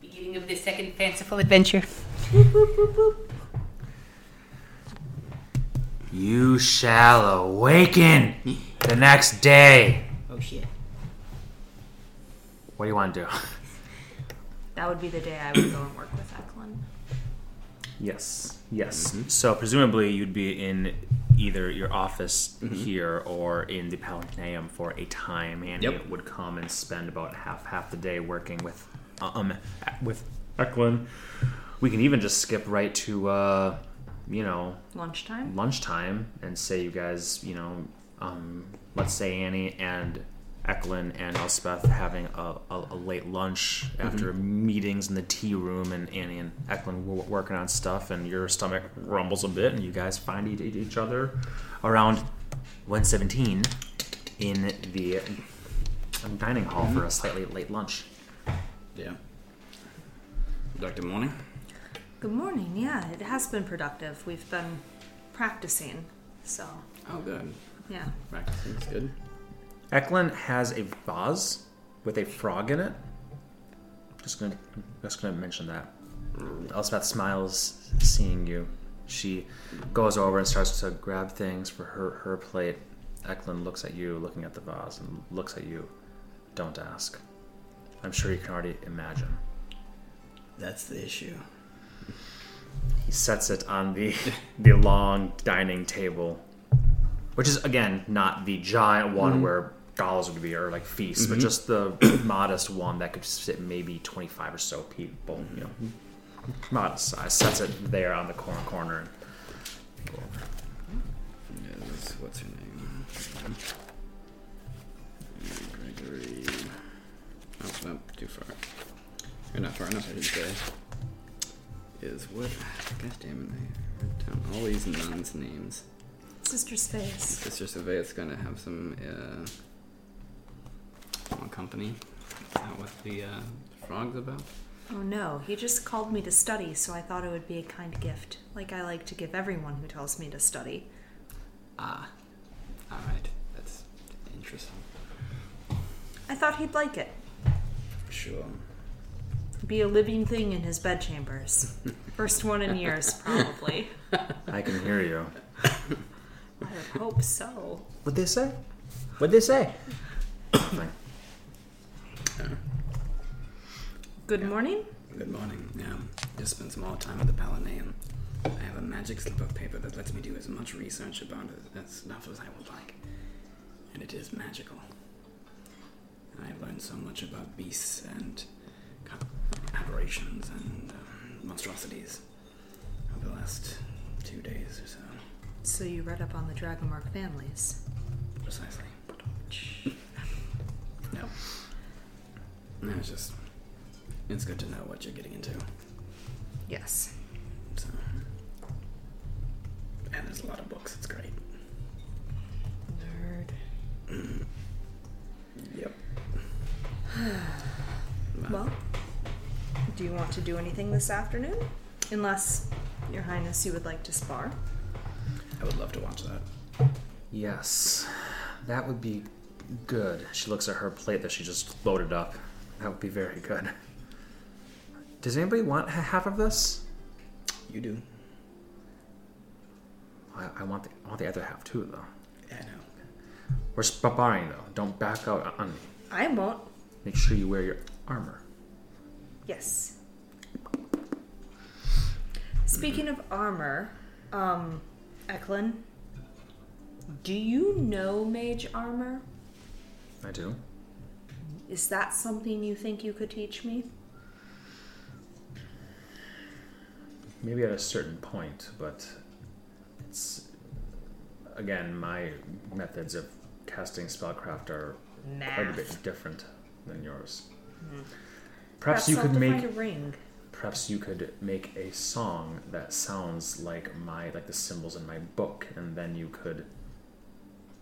beginning of this second fanciful adventure. You shall awaken the next day. Oh shit. What do you want to do? That would be the day I would go and work with Eklund. Yes, yes. Mm-hmm. So presumably you'd be in either your office Mm-hmm. here or in the Palatinum for a time, and Yep. it would come and spend about half half the day working with um with Eklund. We can even just skip right to uh, you know Lunchtime? lunchtime and say you guys, you know, um, let's say Annie and Eklund and Elspeth having a, a, a late lunch after meetings in the tea room, and Annie and Eklund were working on stuff, and your stomach rumbles a bit, and you guys find e- e- each other around 117 in the dining hall for a slightly late lunch. Yeah. Dr. Morning? Good morning. Yeah, it has been productive. We've been practicing. So, Oh, good. yeah. Practicing's good. Eklund has a vase with a frog in it. Just gonna, just gonna mention that. Elspeth smiles seeing you. She goes over and starts to grab things for her, her plate. Eklund looks at you, looking at the vase, and looks at you. Don't ask. I'm sure you can already imagine. That's the issue. He sets it on the the long dining table, which is again not the giant one where dollars would be or like feast, but just the modest one that could sit maybe twenty five or so people. You know, modest size. Sets it there on the corner corner. Yes, what's her name? Gregory. Oh, no, too far. Or not far enough, I should say. Is what? God damn it, I wrote down all these nuns' names. Sister's face. Sister Surveyor's gonna have some uh, small company. Is that what the uh, frog's about? Oh no, he just called me to study, so I thought it would be a kind gift, like I like to give everyone who tells me to study. Ah. Alright, that's interesting. I thought he'd like it. Sure. Be a living thing in his bedchambers. First one in years, probably. I can hear you. I would hope so. What'd they say? What'd they say? Nothing. Good morning. Good morning. Yeah, just spent some more time at the Palinaeum. I have a magic slip of paper that lets me do as much research about it as stuff as I would like. And it is magical. And I've learned so much about beasts and kind of aberrations and um, monstrosities over the last two days or so. So you read up on the Dragonmark families. Precisely. no. No, it's just. It's good to know what you're getting into. Yes. So, and there's a lot of books. It's great. Nerd. Yep. Well, do you want to do anything this afternoon? Unless, Your Highness, you would like to spar. I would love to watch that. Yes, that would be good. She looks at her plate that she just loaded up. That would be very good. Does anybody want h- half of this? You do. I, I want the I want the other half too, though. Yeah, I know. We're sparring though. Don't back out on me. I won't. Make sure you wear your armor. Yes. Speaking of armor, um, Eklund, do you know mage armor? I do. Is that something you think you could teach me? Maybe at a certain point, but it's again my methods of casting spellcraft are quite a bit different than yours. Perhaps you I'll could have to make find a ring. perhaps you could make a song that sounds like my like the symbols in my book and then you could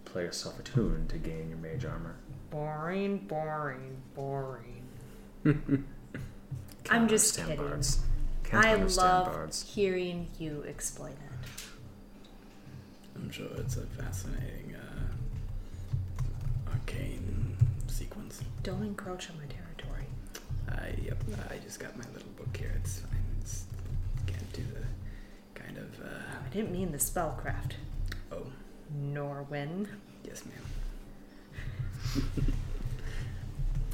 play yourself a tune to gain your mage armor Boring, boring, boring. I'm Can't just understand kidding. bards. Can't I understand love bards hearing you explain it. I'm sure it's a fascinating uh, arcane sequence. Don't encroach on my territory. I yep. I just got my little Oh, I didn't mean the spellcraft. uh, Oh, Norwin. yes, ma'am.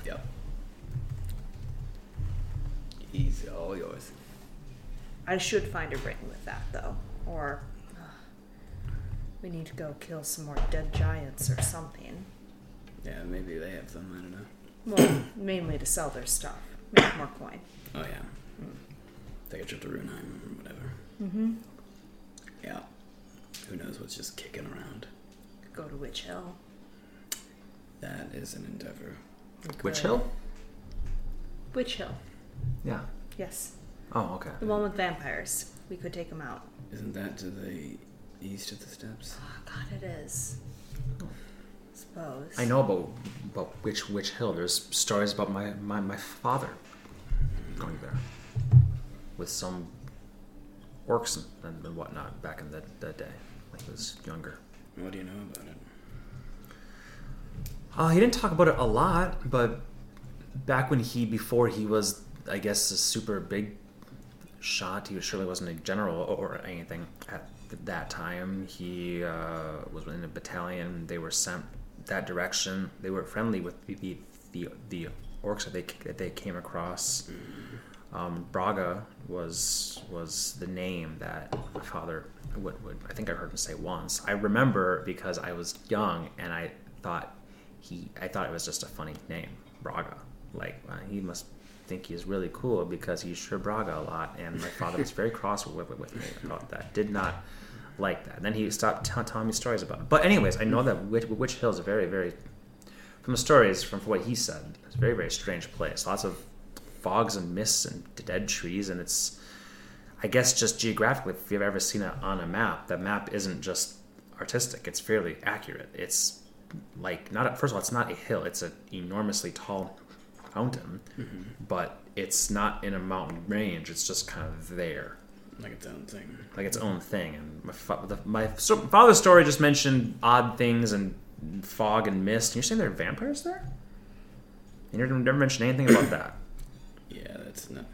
yep. He's all yours. I should find a ring with that though, or uh, we need to go kill some more dead giants or something. Yeah, maybe they have some. I don't know. Well, mainly to sell their stuff, make more coin. Oh yeah. Take a trip to Runeheim or whatever. Mm-hmm. Yeah. Who knows what's just kicking around? Go to Witch Hill. That is an endeavor. Witch Good. Hill? Witch Hill. Yeah. Yes, Oh, okay. the one with vampires. We could take them out. Isn't that to the east of the steps? Oh, God, it is. Suppose. I know about about which which hill. There's stories about my my, my father going there with some orcs and, and whatnot back in that that day. Like he was younger. What do you know about it? Uh, he didn't talk about it a lot, but back when he before he was, I guess, a super big shot. He surely wasn't a general or anything at th- that time. He uh, was in a battalion. They were sent that direction. They were friendly with the the, the, the orcs that they that they came across. Um, Braga was was the name that my father would, would I think I heard him say once. I remember because I was young and I thought he I thought it was just a funny name, Braga. Like uh, he must think he is really cool because he's sure Braga a lot. And my father was very cross with, with, with me about that. Did not like that. Then he stopped t- telling me stories about it. But anyways, I know that Witch, Witch Hill is a very very from the stories from what he said, it's a very very strange place. Lots of fogs and mists and dead trees, and it's I guess just geographically, if you've ever seen it on a map, that map isn't just artistic. It's fairly accurate. It's like not a, first of all, it's not a hill. It's an enormously tall mountain, but it's not in a mountain range. It's just kind of there Like its own thing. like its own thing. And my, fa- the, my so father's story just mentioned odd things and fog and mist. And you're saying there are vampires there? You never, never mentioned anything about that. Yeah, that's not.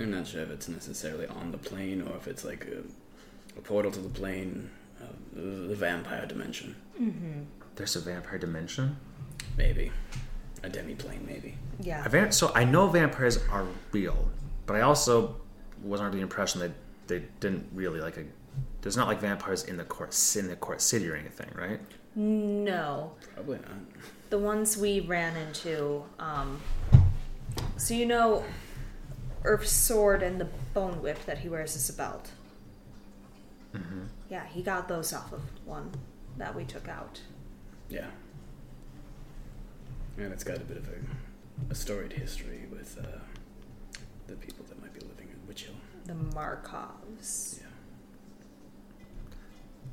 I'm not sure if it's necessarily on the plane or if it's like a, a portal to the plane, uh, the vampire dimension, There's a vampire dimension. maybe, a demi plane, maybe. Yeah. A vamp- so I know vampires are real, but I also was under the impression that they didn't really like a. There's not like vampires in the court in the court city or anything, right? No, Probably not. the ones we ran into. Um, so you know, Earth's sword and the bone whip that he wears as a belt. Mm-hmm. Yeah, he got those off of one that we took out. Yeah. And it's got a bit of a, a storied history with uh, the people that might be living in Witch Hill. The Markovs. Yeah.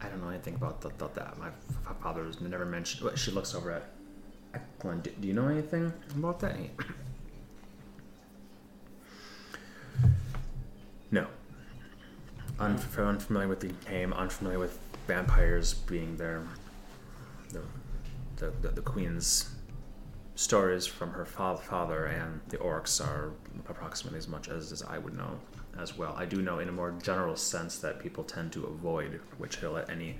I don't know anything about th- th- that. My f- father was never mentioned. Well, she looks over at Eklund. Do, do you know anything about that? He- no. Unf- unfamiliar with the name. Unfamiliar with vampires being there. The, the, the, the queen's stories from her fa- father and the orcs are approximately as much as, as I would know as well. I do know in a more general sense that people tend to avoid Witch Hill at any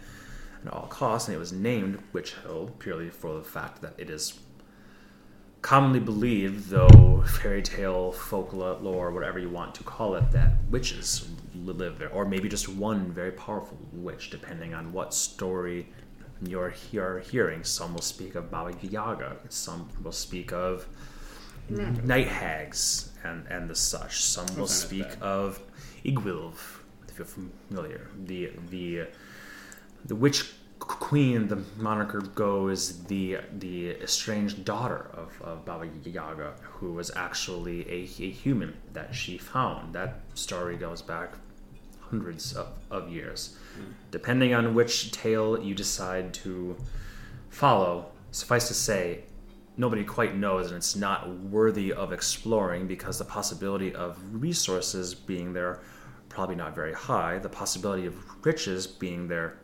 and all costs, and it was named Witch Hill purely for the fact that it is commonly believed, though fairy tale, folklore, whatever you want to call it, that witches li- live there, or maybe just one very powerful witch, depending on what story you're, you're hearing. Some will speak of Baba Yaga, some will speak of night hags and, and the such. Some will That's not speak bad. of Igwilv, if you're familiar. The, the the witch queen the moniker goes the the estranged daughter of, of baba yaga who was actually a, a human that she found that story goes back hundreds of, of years depending on which tale you decide to follow suffice to say nobody quite knows and it's not worthy of exploring because the possibility of resources being there probably not very high the possibility of riches being there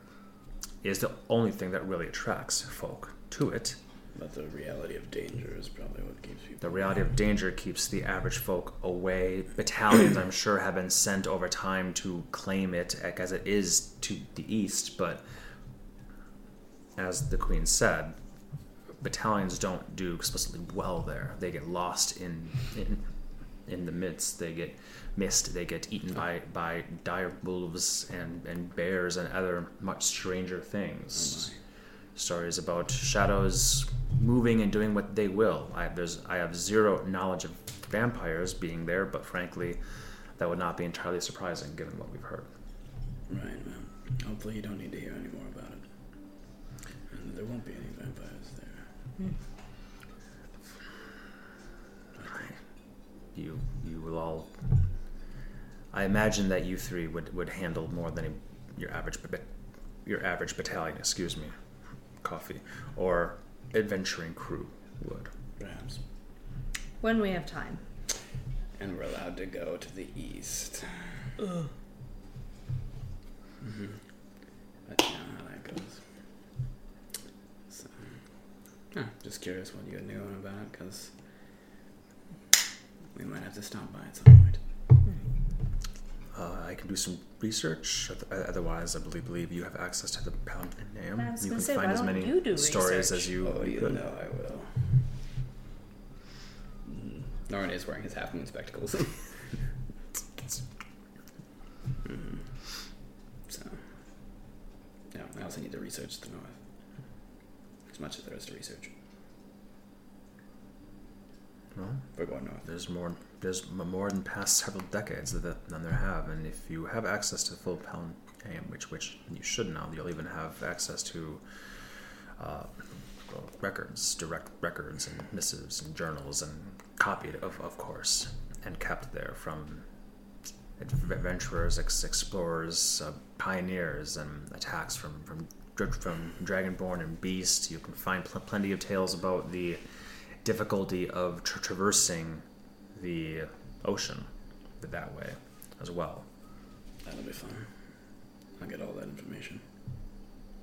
is the only thing that really attracts folk to it. But the reality of danger is probably what keeps people. The reality of danger keeps the average folk away. Battalions, I'm sure, have been sent over time to claim it, like, as it is to the east, but as the Queen said, battalions don't do explicitly well there. They get lost in in, in the midst, they get missed, they get eaten by, by dire wolves and, and bears and other much stranger things stories about shadows moving and doing what they will. I there's I have zero knowledge of vampires being there, but frankly, that would not be entirely surprising given what we've heard. Right, well, hopefully you don't need to hear any more about it. And there won't be any vampires there. You you will all. I imagine that you three would, would handle more than a, your average ba- your average battalion. Excuse me, coffee or adventuring crew would. Perhaps. When we have time. And we're allowed to go to the east. Mhm. But you know how that goes. So, yeah, just curious what you knew about, because we might have to stop by at some point. Uh, I can do some research. Oth- uh, Otherwise, I believe, believe you have access to the Palindrome. I was you gonna can say, find why as don't many you do stories research? as you, Oh, you could. know I will. Mm. Norrin is wearing his half moon spectacles. Mm. So, no, I also need to research the north. As much as there is to research. Well, We're going north. there's more. There's m- more than past several decades that- than there have, and if you have access to the full Palindrome, which which you should now, you'll even have access to uh, well, records, direct records, and missives, and journals, and copied of of course, and kept there from adventurers, ex- explorers, uh, pioneers, and attacks from from dra- from dragonborn and beast. You can find pl- plenty of tales about the difficulty of tra- traversing the ocean that way as well. That'll be fun. I'll get all that information.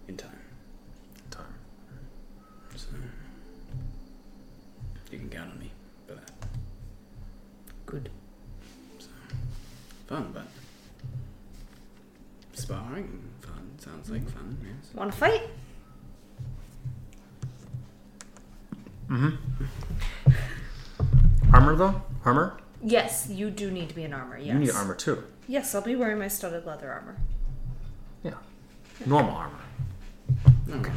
In time. in Time. So, you can count on me for that. Good. Fun, but. Sparring, fun. Sounds like fun, yes. Want to fight? Armor though? Armor? Yes, you do need to be in armor. Yes. You need armor too. Yes, I'll be wearing my studded leather armor. Yeah. Normal armor. Okay.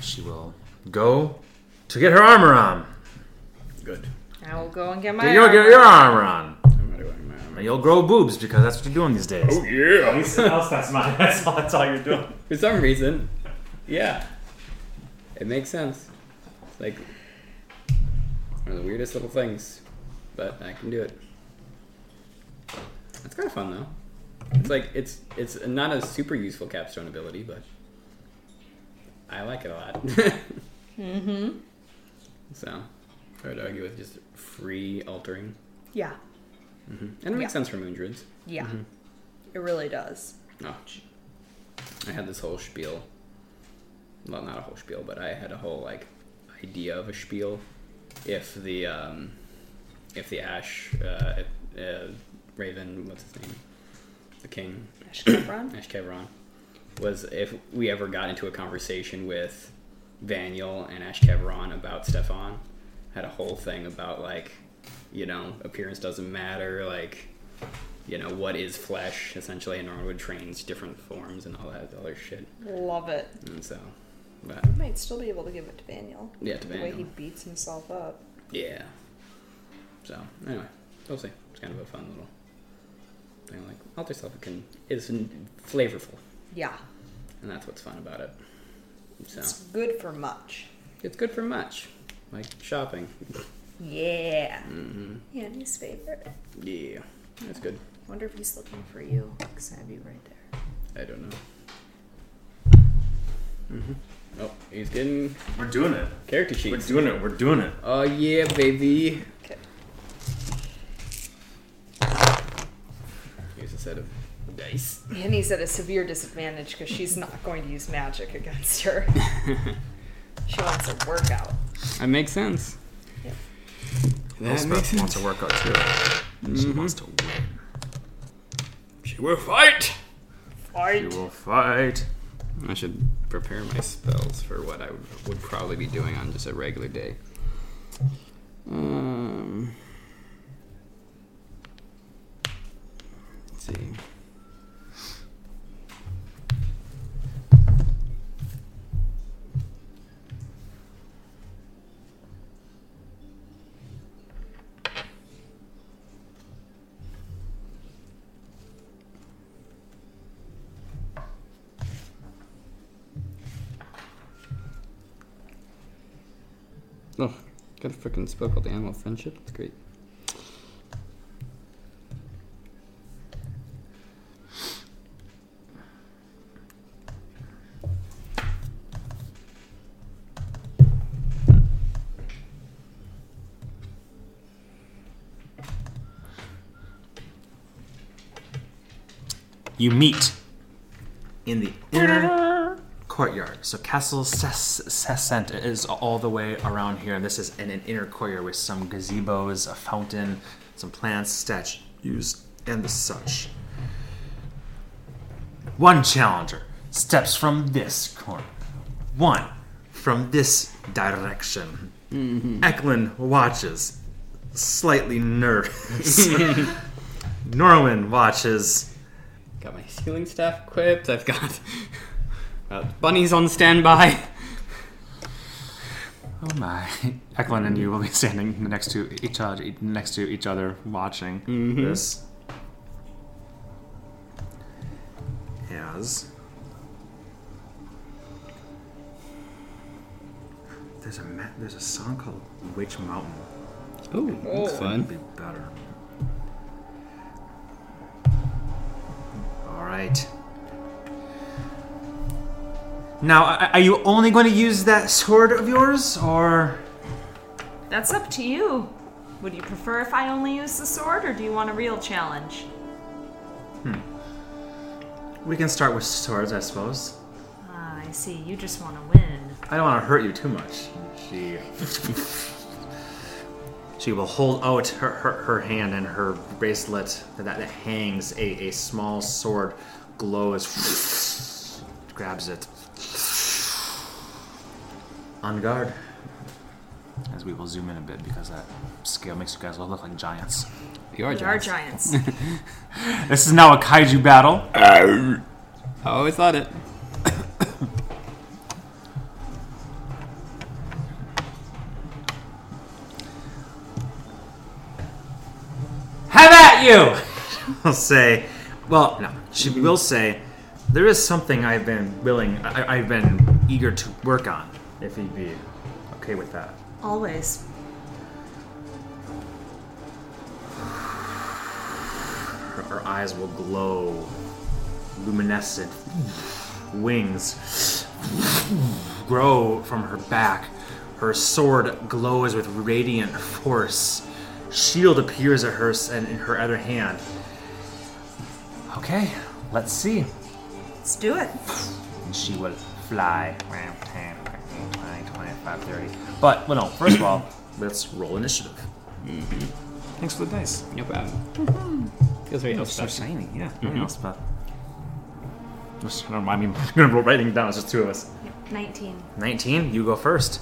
She will go to get her armor on. Good. I will go and get my. You'll armor. get your armor on. I'm already wearing my And armor. you'll grow boobs because that's what you're doing these days. Oh, Yeah. that's mine. That's all, that's all you're doing. For some reason, yeah, it makes sense. It's like one of the weirdest little things, but I can do it. It's kind of fun though. It's like it's it's not a super useful capstone ability, but I like it a lot. mm-hmm. So I would argue with just free altering, Yeah. and it makes Yeah. sense for moon druids. Yeah. It really does. Oh, j- I had this whole spiel. Well, not a whole spiel, but I had a whole like idea of a spiel. If the um, if the Ash uh, if, uh, Raven, what's his name, the King Ash Kevron. Ash Kevron, was if we ever got into a conversation with Vaniel and Ash Kevron about Stefan, had a whole thing about like, you know, appearance doesn't matter, like, you know, what is flesh essentially, and Norwood trains different forms and all that other shit, Love it. and so, but Might still be able to give it to Daniel. yeah, to The way he Vaniel, beats himself up. yeah. So anyway, we'll see. It's kind of a fun little thing. Like alter self can is flavorful, Yeah. and that's what's fun about it. So. It's good for much. It's good for much, like shopping. Yeah. Mm-hmm. Annie's favorite. Yeah, that's good. Wonder if he's looking for you. Cause I have you right there. I don't know. hmm Oh, he's getting We're doing it. character We're sheets. doing it. We're doing it. Oh yeah, baby. Okay. Here's a set of dice. Annie's at a severe disadvantage because she's not going to use magic against her. She wants a workout. That makes sense. That makes Elspeth sense. wants a workout too. She wants to win. She will fight! She will fight. I should prepare my spells for what I would, would probably be doing on just a regular day. Um, let's see. Oh, got a freaking spell called Animal Friendship. It's great. You meet in the inner courtyard. So Castle Ses- Sescent is all the way around here, and this is in an inner courtyard with some gazebos, a fountain, some plants, statues, and the such. One challenger steps from this corner. One from this direction. Eklund watches, slightly nervous. Norwin watches. Got my healing staff equipped. I've got uh, bunnies on standby. Oh my! Eklund and you will be standing next to each other, next to each other, watching this. As there's a ma- there's a song called "Witch Mountain." Ooh, Oh, that's That'd fun. be better. All right. Now, a- are you only going to use that sword of yours, or? That's up to you. Would you prefer if I only use the sword, or do you want a real challenge? We can start with swords, I suppose. Ah, I see. You just want to win. I don't want to hurt you too much. She. she will hold out her, her, her hand and her bracelet that, that hangs. A, a small sword glows. grabs it. On guard. As we will zoom in a bit because that scale makes you guys all look like giants. You are We are giants. giants. This is now a kaiju battle. I always thought it. Have at you! I'll say, well, no, she will say, there is something I've been willing, I, I've been eager to work on, if he'd be okay with that. Always. Her, her eyes will glow luminescent, wings grow from her back. Her sword glows with radiant force. Shield appears at her s- and in her other hand. Okay, let's see. Let's do it. and she will fly. But, well, no, first of all, let's roll initiative. Mm-hmm. Thanks for the dice. Mm-hmm. No problem. Mm-hmm. Feels very So Elspeth. shiny, yeah. Nothing else, but. Just, I don't mind me- I'm gonna roll writing down, it's just two of us. 19. 19, you go 1st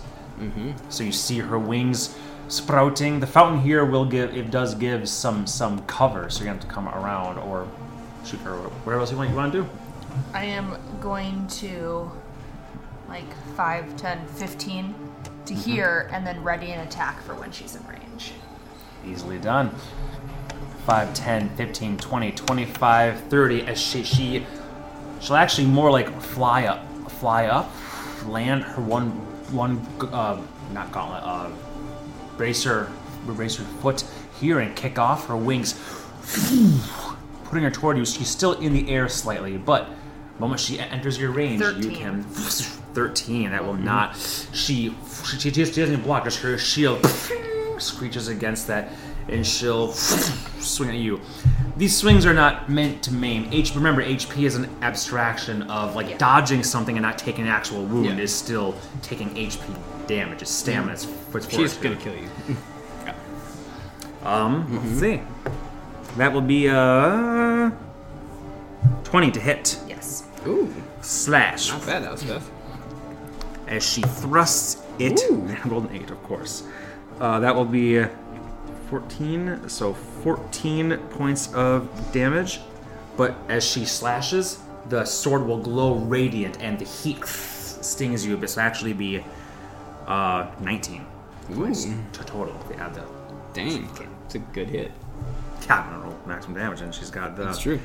So you see her wings sprouting. The fountain here will give, it does give some some cover, so you're gonna have to come around or shoot her, whatever else you want, you wanna do. I am going to like 5, 10, 15 to here and then ready an attack for when she's in range. Easily done. 5, 10, 15, 20, 25, 30. As she, she she'll actually more like fly up, fly up, land her one one uh, not gauntlet, uh, bracer, bracer foot here and kick off her wings, putting her toward you. She's still in the air slightly, but the moment she e-, enters your range, you 13. can. 13. That will not. She she, she just doesn't block. Just her shield screeches against that and she'll swing at you. These swings are not meant to maim. H. Remember, HP is an abstraction of like dodging something and not taking an actual wound Yeah. is still taking HP damage. It's stamina. It's it's She's fortitude. gonna kill you. Um, let's see. That will be uh twenty to hit Yes. Ooh, slash not bad, that was tough. as she thrusts it. I rolled an eight, of course. Uh, that will be uh, fourteen. So fourteen points of damage. But as she slashes, the sword will glow radiant, and the heat stings you. This will actually be uh, nineteen Ooh, to total. If you add the dang. It's a good hit. cabin roll maximum damage, and she's got the That's true.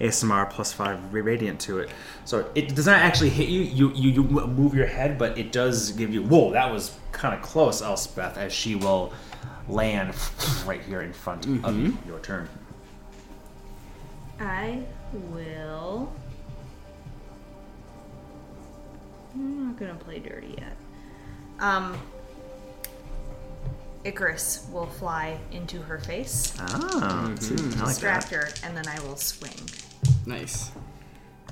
ASMR plus five radiant to it. So it does not actually hit you. You you, you move your head, but it does give you. Whoa, that was kind of close, Elspeth, as she will land right here in front of your turn. I will. I'm not gonna play dirty yet. Um, Icarus will fly into her face, Ah, I like distract that. her, and then I will swing. Nice.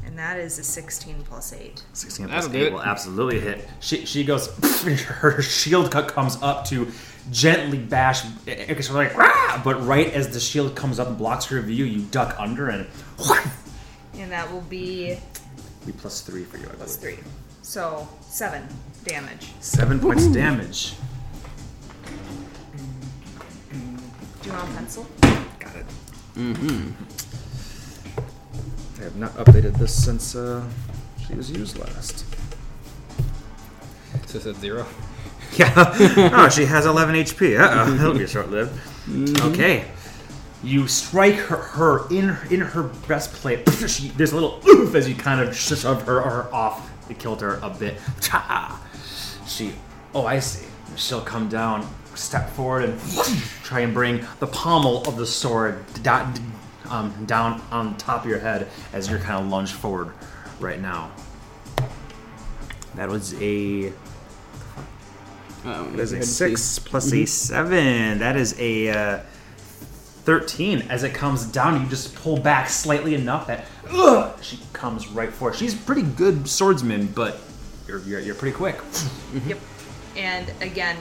And that is a 16 plus 8. 16 That'll plus do 8 it. will absolutely hit. She, she goes, her shield cut comes up to gently bash. Icarus was like, "Rah!" but right as the shield comes up and blocks her view, you duck under and And that will be be plus three for you. I plus three. so 7 damage. Seven points of damage. Do you want a pencil? Got it. Mm-hmm. I have not updated this since uh, she was used last. So it's at zero. Yeah. oh, she has 11 HP. Uh oh. That'll be short lived. Okay. You strike her, her in in her breastplate. she, there's a little oof as you kind of shove her, her off the kilter a bit. Cha! She, oh, I see. She'll come down, step forward, and try and bring the pommel of the sword da- um, down on top of your head as you're kind of lunged forward right now. That was a Uh-oh. that is Go a ahead, six plus a seven. That is a uh, thirteen. As it comes down, you just pull back slightly enough that ugh, she comes right for it. She's a pretty good swordsman, but you're you're, you're pretty quick. Yep. And again,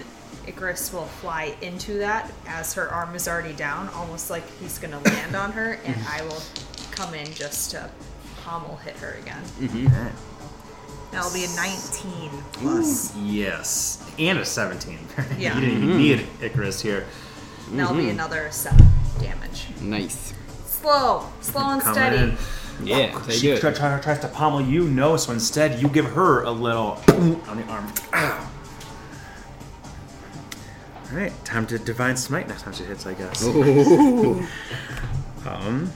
Icarus will fly into that as her arm is already down, almost like he's going to land on her, and Mm-hmm. I will come in just to pommel hit her again. Mm-hmm. That'll be a 19 plus. Yes, and a seventeen. Yeah. you didn't even need Icarus here. Mm-hmm. That'll be another 7 damage. Nice. Slow, slow and Coming steady. in. Yeah, They she do it. try- try- tries to pommel you, no. So instead, you give her a little on the arm. All right, time to divine smite next time she hits, I guess. Ooh. Um,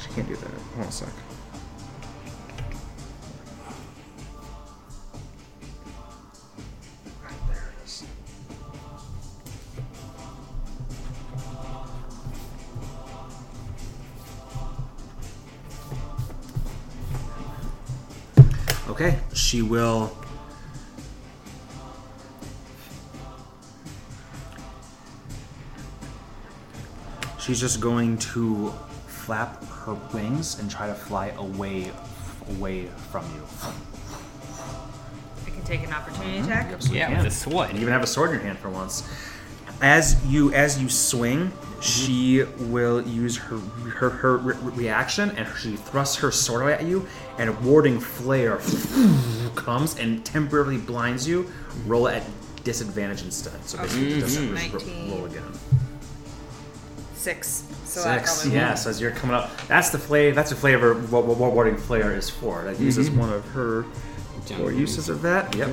she can't do that. Hold on a sec. Right, there it is. Okay, she will. She's just going to flap her wings and try to fly away, away from you. I can take an opportunity Mm-hmm. attack. Yeah, with a sword. And you even have a sword in your hand for once. As you as you swing, she will use her her, her re- re- reaction and she thrusts her sword at you, and a warding flare comes and temporarily blinds you. Roll at disadvantage instead. So basically, it doesn't Nineteen. roll again. 6. So I Six, probably yeah. So as you're coming up, that's the flavor. That's the flavor. What, what, what warding flare is for? That uses one of her Down four the uses of that. Yep.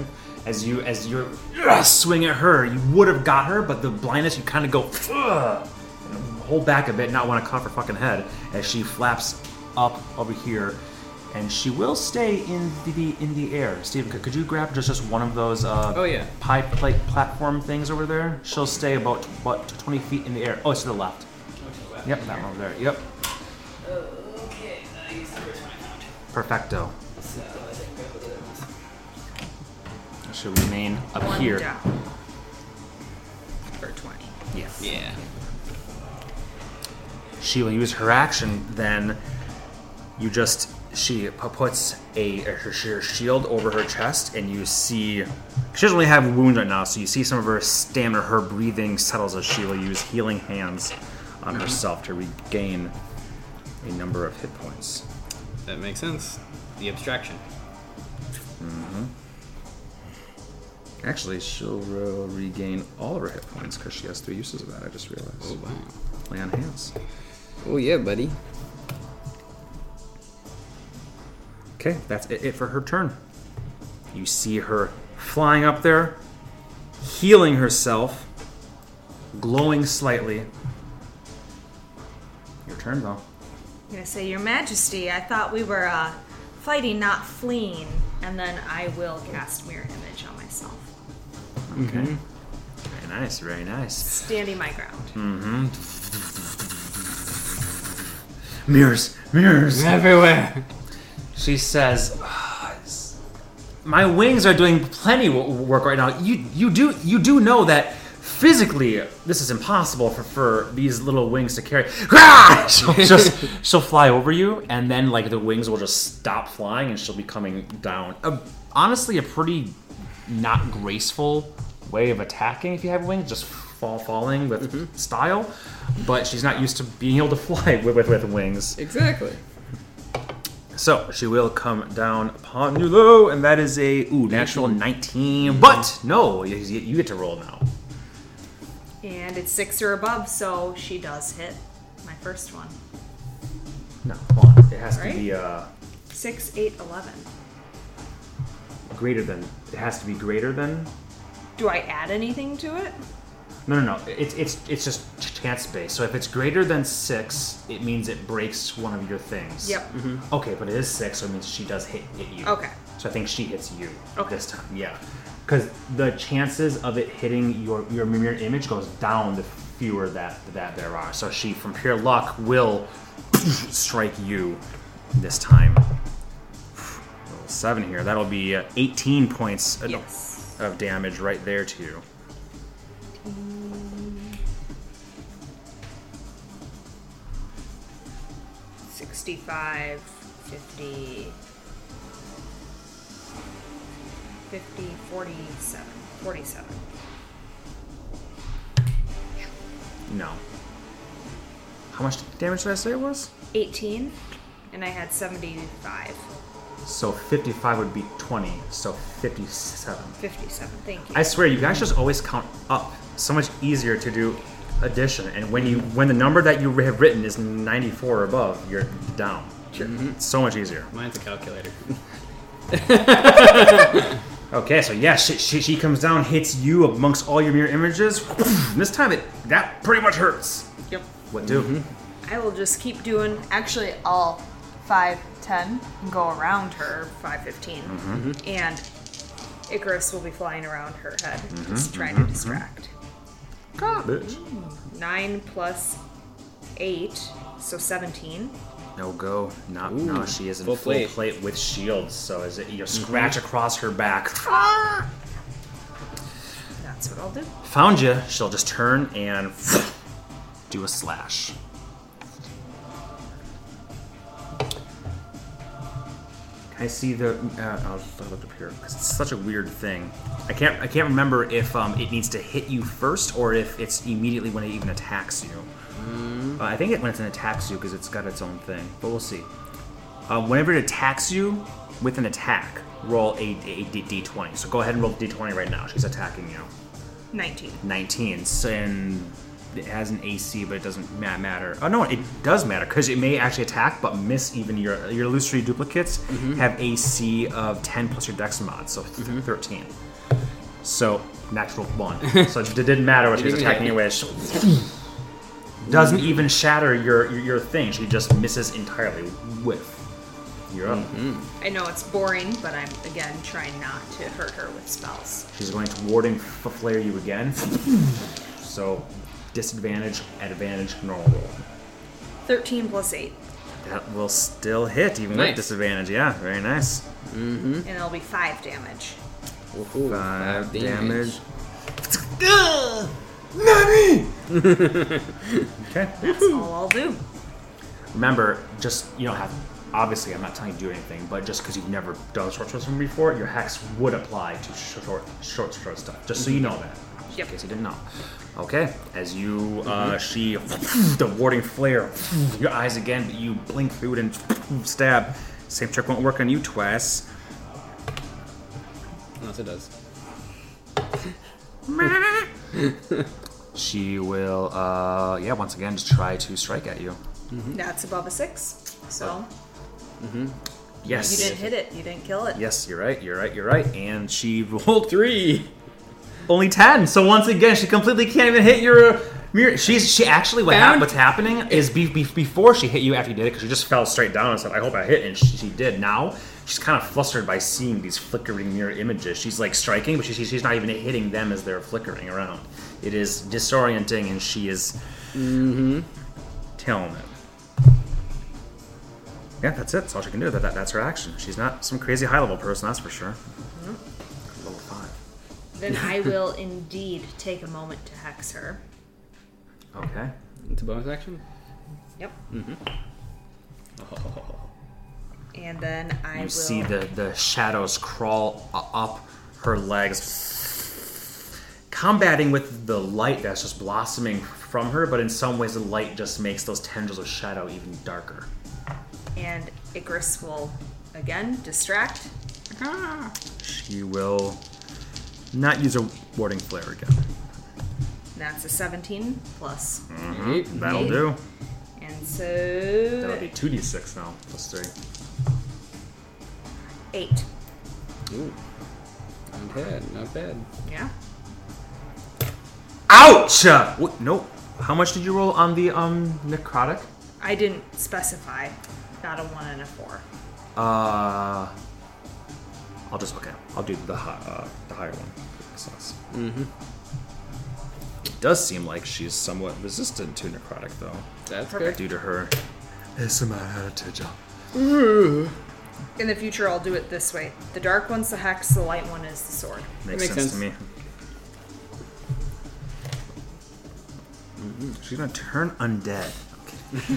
As you as you are swing at her, you would have got her, but the blindness you kind of go "Ugh," and hold back a bit, not want to cuff her fucking head as she flaps up over here, and she will stay in the in the air. Steven, could- could you grab just just one of those? Uh, Oh, yeah. Pie plate platform things over there. She'll stay about what twenty feet in the air. Oh, it's to the left. Yep, that one over there. Yep. Perfecto. She'll remain up One here. down. Yeah. Yeah. She will use her action then. You just she pu- puts a her, her shield over her chest, and you see she doesn't really have wounds right now, so you see some of her stamina, her breathing settles as she will use healing hands on herself to regain a number of hit points. That makes sense. The abstraction. Actually, she'll re- regain all of her hit points because she has three uses of that. I just realized. wow. Lay on hands. Oh yeah, buddy. Okay, that's it, it for her turn. You see her flying up there, healing herself, glowing slightly. Your turn, though. I'm gonna say, Your Majesty, I thought we were uh, fighting, not fleeing. And then I will cast Mirror Image on myself, Okay. Very nice, very nice. standing my ground. Mirrors, mirrors. Everywhere. She says, "Ah, s- "My wings are doing plenty wo- work right now. You you do you do know that physically this is impossible for, for these little wings to carry." Rah! She'll just she'll fly over you, and then like the wings will just stop flying, and she'll be coming down. A, honestly, a pretty not graceful way of attacking if you have wings, just fall falling with style. But she's not used to being able to fly with with, with wings. Exactly. So she will come down upon you, low, and that is a ooh natural nineteen. But no, you, you get to roll now. And it's six or above, so she does hit my first one. No, hold on. It has to be uh, Six, eight, eleven. greater than. It has to be greater than. Do I add anything to it? No, no, no. It's it's it's just chance based. So if it's greater than six, it means it breaks one of your things. Yep. Okay, but it is six, so it means she does hit, hit you. Okay. So I think she hits you this time. Yeah. Because the chances of it hitting your your mirror image goes down the fewer that that there are. So she, from pure luck, will strike you this time. Roll Seven here. That'll be uh, 18 points of- Yes. of damage right there to you. Sixty-five, fifty, fifty, forty-seven, forty-seven. No. How much damage did I say it was? 18, and I had 75. So 55 would be 20. So 57. 57, thank you. I swear, you guys just always count up. So much easier to do addition. And when you when the number that you have written is 94 or above, you're down. It's So much easier. Mine's a calculator. Okay, so yeah, she, she, she comes down, hits you amongst all your mirror images. this time, it that pretty much hurts. Yep. What do? I will just keep doing, actually, all 510 and go around her, 515. And Icarus will be flying around her head, just trying to distract. Bitch. 9 plus 8, so 17. No go. Not Ooh, no. She is in full, full plate. Mm-hmm. plate. with shields. So is it you scratch across her back? That's what I'll do. Found you. She'll just turn and do a slash. Can I see the? Uh, I'll just look up here. 'cause It's such a weird thing. I can't. I can't remember if um, it needs to hit you first or if it's immediately when it even attacks you. Uh, I think it when it's an attacks you because it's got its own thing. But we'll see. Uh, whenever it attacks you with an attack, roll a, a d- d20. So go ahead and roll d20 right now. She's attacking you. 19. 19 so and it has an AC, but it doesn't ma- matter. Oh no, it does matter because it may actually attack, but miss even your your illusory duplicates have AC of 10 plus your Dex mod, so th- 13. So natural one. so it didn't matter what she was Didn't even attacking hit. anyway. She doesn't even shatter your, your your thing. She just misses entirely. With you're up. I know it's boring, but I'm, again, trying not to hurt her with spells. She's going to warding f- flare you again. so disadvantage, advantage, normal roll. 13 plus 8, That will still hit, even with Nice. disadvantage. Yeah, very nice. and it'll be 5 damage. Ooh, Five damage. Okay. That's all I'll do. Remember, just you don't have. Obviously, I'm not telling you to do anything, but just because you've never done short strokes from before, your hex would apply to short short stroke stuff. Just so you know that. Just Yep. In case you didn't know. Okay. As you, uh, she, the warding flare, your eyes again, but you blink through it and stab. Same trick won't work on you, Twess. Unless it does. She will, uh, yeah, once again, just try to strike at you. That's above a six. So Yes. you didn't hit it. You didn't kill it. Yes, you're right, you're right, you're right. And she rolled Three. only 10. So once again, she completely can't even hit your mirror. She's she actually what hap- what's happening is be- be- before she hit you after you did it because she just fell straight down and said, "I hope I hit," and she, she did. Now she's kind of flustered by seeing these flickering mirror images. She's like striking, but she, she's not even hitting them as they're flickering around. It is disorienting, and she is Mm-hmm. tailing it. Yeah, that's it. That's all she can do. That, that that's her action. She's not some crazy high level person, that's for sure. Level five. Then I will indeed take a moment to hex her. Okay. It's a bonus action. Yep. Oh. Mm-hmm. And then I You will. see the, the shadows crawl u- up her legs, combating with the light that's just blossoming from her, but in some ways the light just makes those tendrils of shadow even darker. and Icarus will again distract. She will not use a warding flare again. And That's a 17 plus. Mm. That'll do. And so That'll be 2d6 now, plus 3. eight. Ooh. Not bad. Not bad. Yeah. Ouch! What, nope. How much did you roll on the um necrotic? I didn't specify. Not a one and a four. Uh, I'll just okay. I'll do the hi- uh, the higher one. Mm-hmm. It does seem like she's somewhat resistant to necrotic, though, That's Perfect. due to her. It's my heritage. In the future, I'll do it this way. The dark one's the hex. The light one is the sword. Makes, makes sense, sense. to me. Mhm. She's gonna turn undead.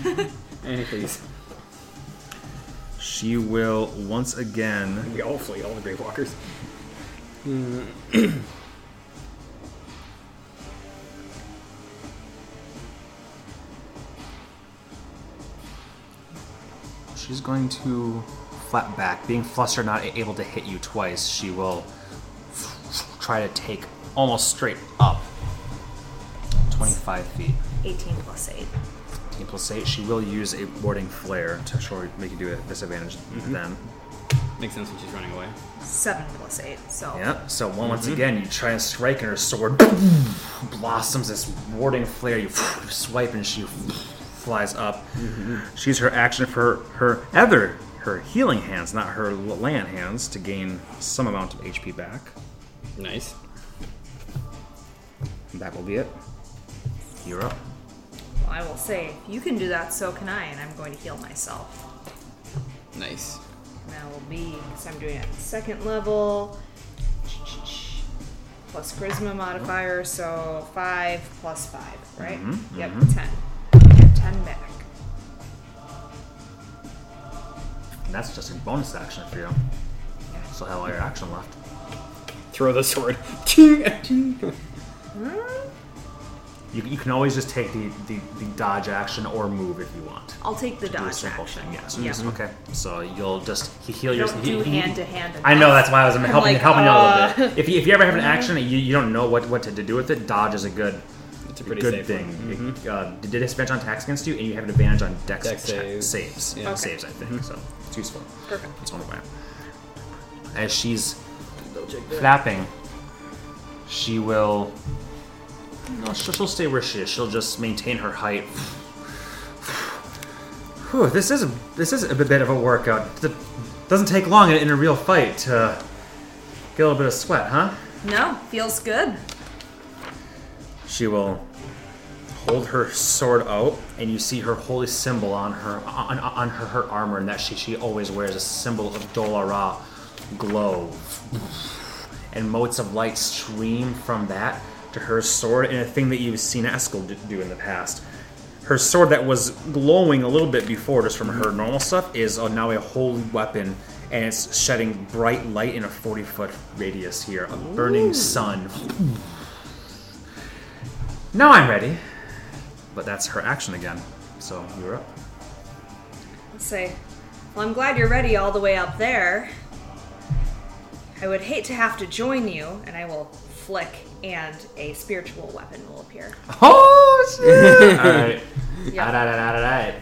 good. Hey, please. She will once again. We all flee. All the Grave Walkers. She's going to flat back, being flustered, not a- able to hit you twice. She will try to take almost straight up, twenty-five feet. 18 plus eight. 18 plus 8, she will use a warding flare to sure make you do it at disadvantage Mm-hmm. then. Makes sense when she's running away. Seven plus eight. So Yeah, so one- once again, you try and strike, and her sword blossoms this warding flare. You swipe, and she flies up. She used her action for her other, her healing hands, not her land hands, to gain some amount of HP back. Nice. And that will be it. You're up. well, I will say, if you can do that, so can I, and I'm going to heal myself. Nice. And that will be, because I'm doing it at the second level, plus charisma modifier, so 5 plus 5, right? Mm-hmm, yep, 10. Get 10 back. And that's just a bonus action for you. So have all your action left. Throw the sword. Ting. You, you can always just take the, the, the dodge action or move if you want. I'll take the Do a dodge simple action. thing, yes. Yep. Just- Okay. So you'll just he- heal your. Don't he- do he- hand to hand. I know that's why I was helping like, uh, helping you out a little bit. If you, if you ever have an action and you, you don't know what, what to do with it, dodge is a good It's a a pretty good safe thing. One. Mm-hmm. It, uh, did it disadvantage on attacks against you, and you have an advantage on dex, Dex check- saves. saves Yeah. Okay. Mm-hmm. saves. I think so. It's useful. Perfect. It's only way. As she's Double check that. flapping, she will. No, she'll, she'll stay where she is. She'll just maintain her height. Whew, this is a, this is a bit of a workout. It doesn't take long in, in a real fight to get a little bit of sweat, huh? No, feels good. She will hold her sword out, and you see her holy symbol on her on, on her, her armor, and that she she always wears a symbol of Dolara glow, and motes of light stream from that, to her sword, and a thing that you've seen Eskel d- do in the past. Her sword that was glowing a little bit before, just from her normal stuff, is uh, now a holy weapon, and it's shedding bright light in a 40 foot radius here. A burning sun. now I'm ready. But that's her action again. So you're up. Let's say, well, I'm glad you're ready all the way up there. I would hate to have to join you, and I will flick, and a spiritual weapon will appear. Oh shit! Alright.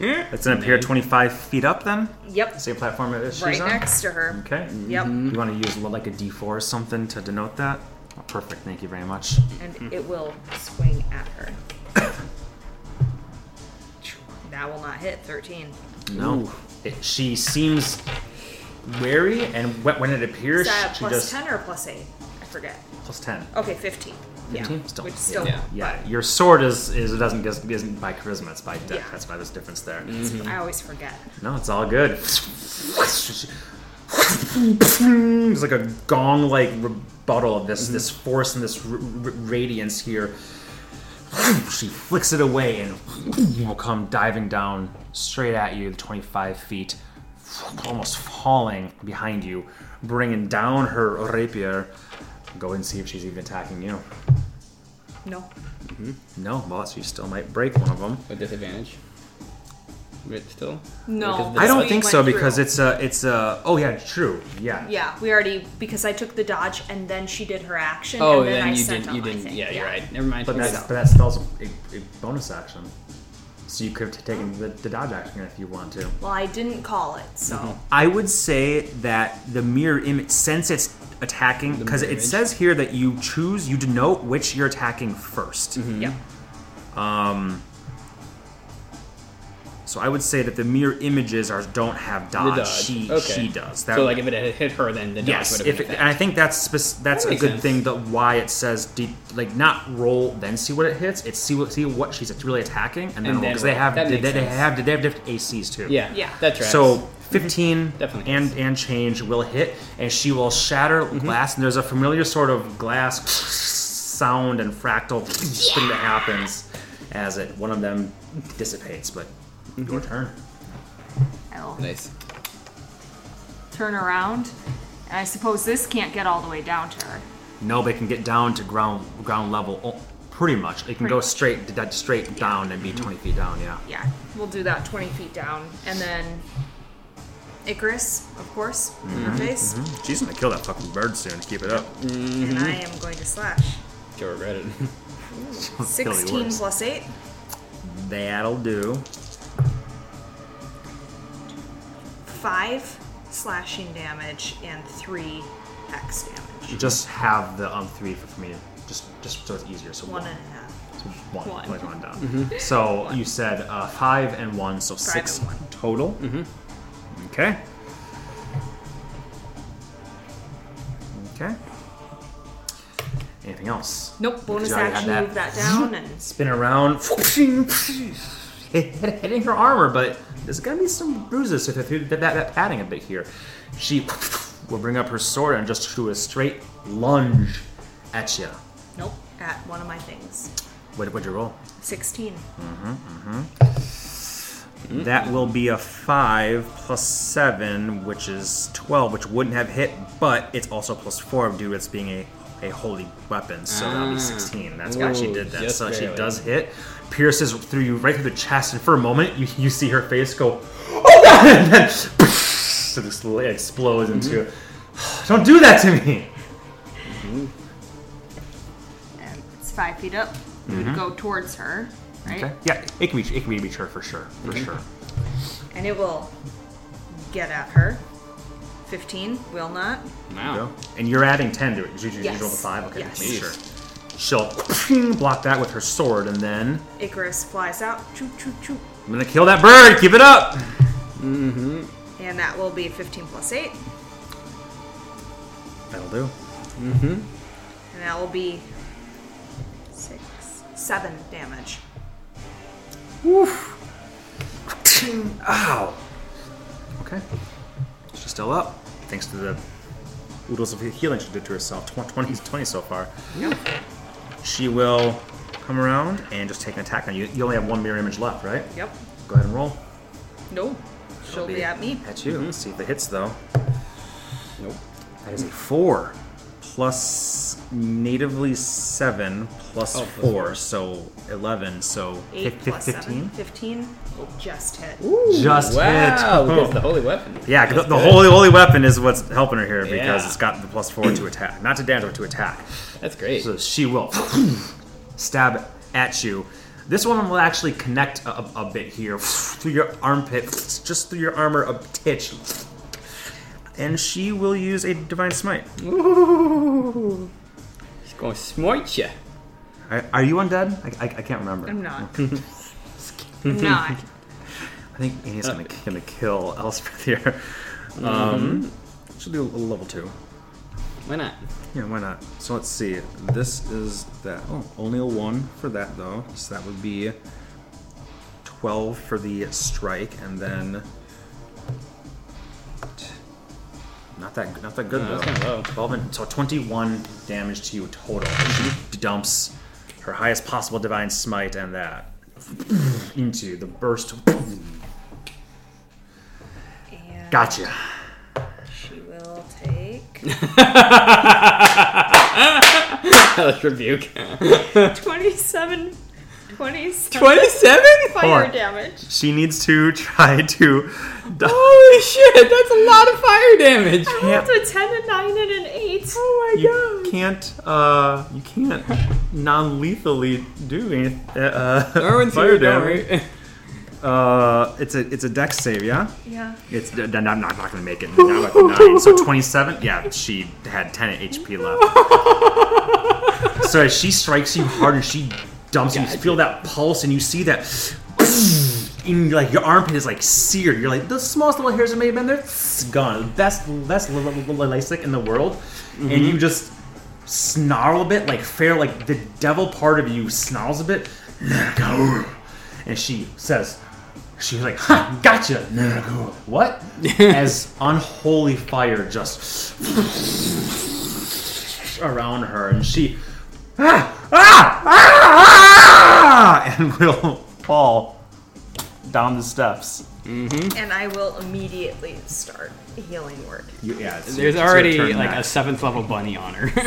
Yep. It's gonna appear 25 feet up then? Yep. Same platform as she's Right on? next to her. Okay. Mm-hmm. Yep. You want to use like a D4 or something to denote that? Oh, perfect. Thank you very much. And it will swing at her. that will not hit 13. No. It, she seems wary, and wh- when it appears, Is that she plus does 10 or plus 8? I forget. plus 10. Okay, 15. Yeah. 15? Still. Which still, Yeah. Yeah, your sword is, is it doesn't just isn't by charisma, it's by death. Yeah. Mm-hmm. That's why there's a difference there. Mm-hmm. I always forget. No, it's all good. It's like a gong like rebuttal of this this Mm-hmm. force and this r- r- radiance here. She flicks it away and will come diving down straight at you, 25 feet, almost falling behind you, bringing down her rapier. Go and see if she's even attacking you. No. No, well, she still might break one of them. With disadvantage. With still? No. Because I That's don't we think went so through. because it's a it's a oh yeah true yeah Yeah, we already because I took the dodge and then she did her action. Oh, and then, I then you sent didn't. on You my didn't. thing. Yeah, you're right. Never mind. But Here we that, go. but that spells a, a bonus action. So you could have Oh. taken the, the dodge action if you want to. Well, I didn't call it, so Mm-hmm. I would say that the mirror image, since it's attacking, because mirror it image. says here that you choose, you denote which you're attacking 1st Mm-hmm. yeah. So I would say that the mirror images are don't have dodge. The dodge. She okay. she does. That, so like if it had hit her, then the dodge yes, would have if been it, effective. and I think that's spec- that's That a makes good sense. thing. That why it says de- like not roll then see what it hits. It's see what see what she's really attacking, and then then because they roll. have That they, makes they sense. have they have different ACs too. yeah, Yeah. that's right. So 15 Definitely Mm-hmm. and hits. and change will hit, and she will shatter glass. And there's a familiar sort of glass sound and fractal thing that happens as it one of them dissipates. But your Mm-hmm. turn. I'll nice. turn around. And I suppose this can't get all the way down to her. No, they can get down to ground ground level. Oh, pretty much, Mm-hmm. it can go straight d- straight down and be 20 feet down. Yeah. Yeah, we'll do that 20 feet down. And then Icarus, of course, in Mm-hmm. her face. She's gonna kill that fucking bird soon. Keep it up. And I Mm-hmm. am going to slash. You'll regret it. Kill yours. 16 plus 8. That'll do. 5 slashing damage and 3 hex damage. Just have the um three for, for me. Just just so it's easier. So One and a half. So one, One. like one down. So you said uh, five and one, so six and one. total. Mm-hmm. Okay. Okay. Anything else? Nope, Because bonus you already action, had move that down and Spin around, hit- hit- hitting her armor, but there's gonna be some bruises if if- that, that, that padding a bit here. She will bring up her sword and just do a straight lunge at you. nope, at one of my things. What, what'd you roll? 16. That will be a 5 plus 7, which is 12, which wouldn't have hit, but it's also plus 4 due to its being a, a holy weapon, so that'll be 16. That's why she Ooh, did that. just so she barely. does hit, pierces through you right through the chest, and for a moment, you, you see her face go, Oh God! And then, so this little- it explodes into, Don't do that to me! And it's 5 feet up. We would go towards her, right? Mm-hmm. Okay. Yeah, it can reach, it can reach her for sure, for sure. And it will get at her. 15 will not. Go. Wow. And you're adding 10 to it. You, you, you Yes. rolled a 5? Okay, Yes. sure. She'll block that with her sword, and then Icarus flies out. Choo, choo, choo. I'm gonna kill that bird! Keep it up! And that will be 15 plus 8. That'll do. And that will be 6, 7 damage. Ow! Okay. She's still up, thanks to the oodles of healing she did to herself. Tw- 20, 20 so far. she will come around and just take an attack on you. You only have one mirror image left, right? Yep. Go ahead and roll. No. She'll be at me. At you. Let's see if it hits though. Nope. That is a four, plus natively seven, plus Oh, four, plus so eleven, so Eight fif- plus fifteen. seven. Fifteen will just hit. Just wow, hit. Oh. because the holy weapon. Yeah, 'cause the, That's the good. holy holy weapon is what's helping her here because Yeah. it's got the plus four to attack, not to damage, but to attack. That's great. So she will stab at you. This one will actually connect a, a- a bit here through your armpit, just through your armor a titch. And she will use a divine smite. Ooh. He's gonna smite ya. Are, are you undead? I, I, I can't remember. I'm not. I'm not. I think Annie's gonna, gonna kill Elspeth here. Um, She'll do a level two. Why not? Yeah, why not? So let's see. This is that. Oh, only a one for that though. So that would be twelve for the strike, and then not that not that good No, though. that's kinda low. Twelve and so twenty-one damage to you total. She dumps her highest possible divine smite and that into the burst. And Gotcha. she will take Let's rebuke. 27. 27 Twenty-seven. fire on. damage. She needs to try to. Holy shit! That's a lot of fire damage. Can't- That's a 10, a 9, and an 8. you can't uh you can't non-lethally do any uh, uh Erwin's fire here, don't damage. worry. Uh, it's a it's a dex save, yeah. Yeah. It's d- d- I'm not, not gonna make it. Now like nine, so 27. Yeah, she had 10 HP left. so as she strikes you hard and she dumps you, you feel that pulse and you see that. In like your armpit is like seared. You're like the smallest little hairs that may have been there, it's gone. The best, best li- li- li- LASIK in the world, and you just snarl a bit, like fair, like the devil part of you snarls a bit. Nagaru. And she says, she's like, ha, gotcha, Nagaru. What? As unholy fire just around her, and she, ah, ah, ah, ah, and will fall down the steps. And I will immediately start healing work. You, yeah, it's, There's it's your turn already like a next. seventh level bunny on her.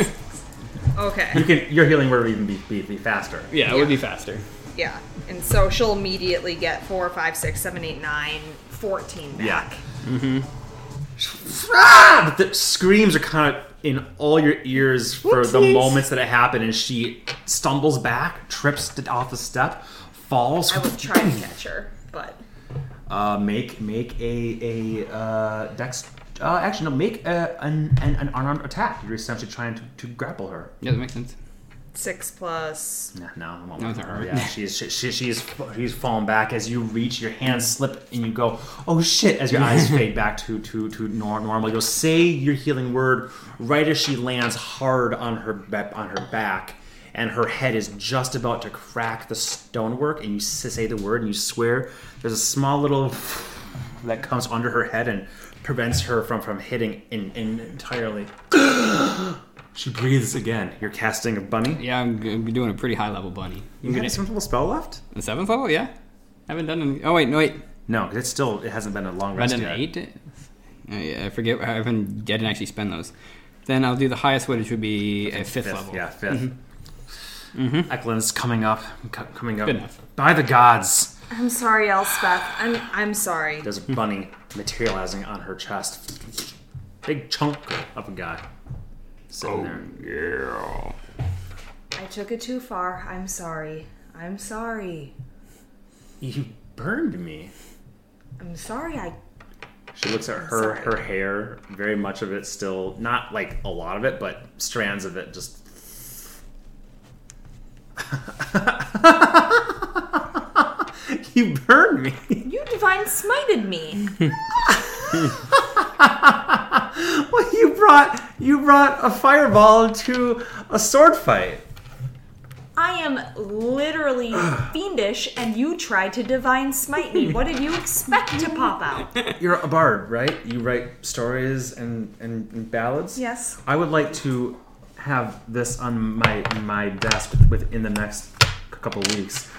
You Okay. can your healing word would even be, be, be faster. yeah, it would be faster. Yeah. And so she'll immediately get 4, 5, 6, 7, 8, 9, 14 back. Yeah. Mm-hmm. Ah! But the screams are kind of in all your ears for the Whoopsies. moments that it happened, and she stumbles back, trips t- off a step, falls. I will try to catch her, but Uh, make make a a uh, dex. Uh, actually, no. Make a, an, an an unarmed attack. You're essentially trying to, to grapple her. Yeah, that makes sense. 6 plus. No, no, I won't No, work it's on all her. right. Yeah, she's she, she, she's she's falling back as you reach. Your hands slip and you go, oh shit! As your eyes fade back to to to nor- normal, you'll say your healing word right as she lands hard on her ba- on her back, and her head is just about to crack the stonework. And you s- say the word and you swear. There's a small little that comes under her head and prevents her from from hitting in, in entirely. she breathes again. You're casting a bunny. Yeah, I'm, g- I'm doing a pretty high level bunny. You got a simple spell left? The seventh level? Yeah. haven't done any. Oh, wait, no, wait. No, 'cause it's still it hasn't been a long I've rest done yet. eight? Uh, yeah, I forget. I haven't. I didn't actually spend those. Then I'll do the highest, which would be a fifth, Fifth, level. Mm-hmm. yeah, 5th Mm-hmm. Eklin's coming up, co- coming up. Good enough. By the gods, I'm sorry, Elspeth. I'm I'm sorry. there's a bunny materializing on her chest. Big chunk of a guy Oh. sitting there. Yeah. I took it too far. I'm sorry. I'm sorry. You burned me. I'm sorry. I She looks at her sorry. her hair, very much of it still not like a lot of it, but strands of it just. you burned me. you divine smited me. well, you brought you brought a fireball to a sword fight. I am literally fiendish, and you tried to divine smite me. What did you expect to pop out? You're a bard, right? You write stories and and, and ballads. Yes. I would like to have this on my my desk within the next c- couple weeks.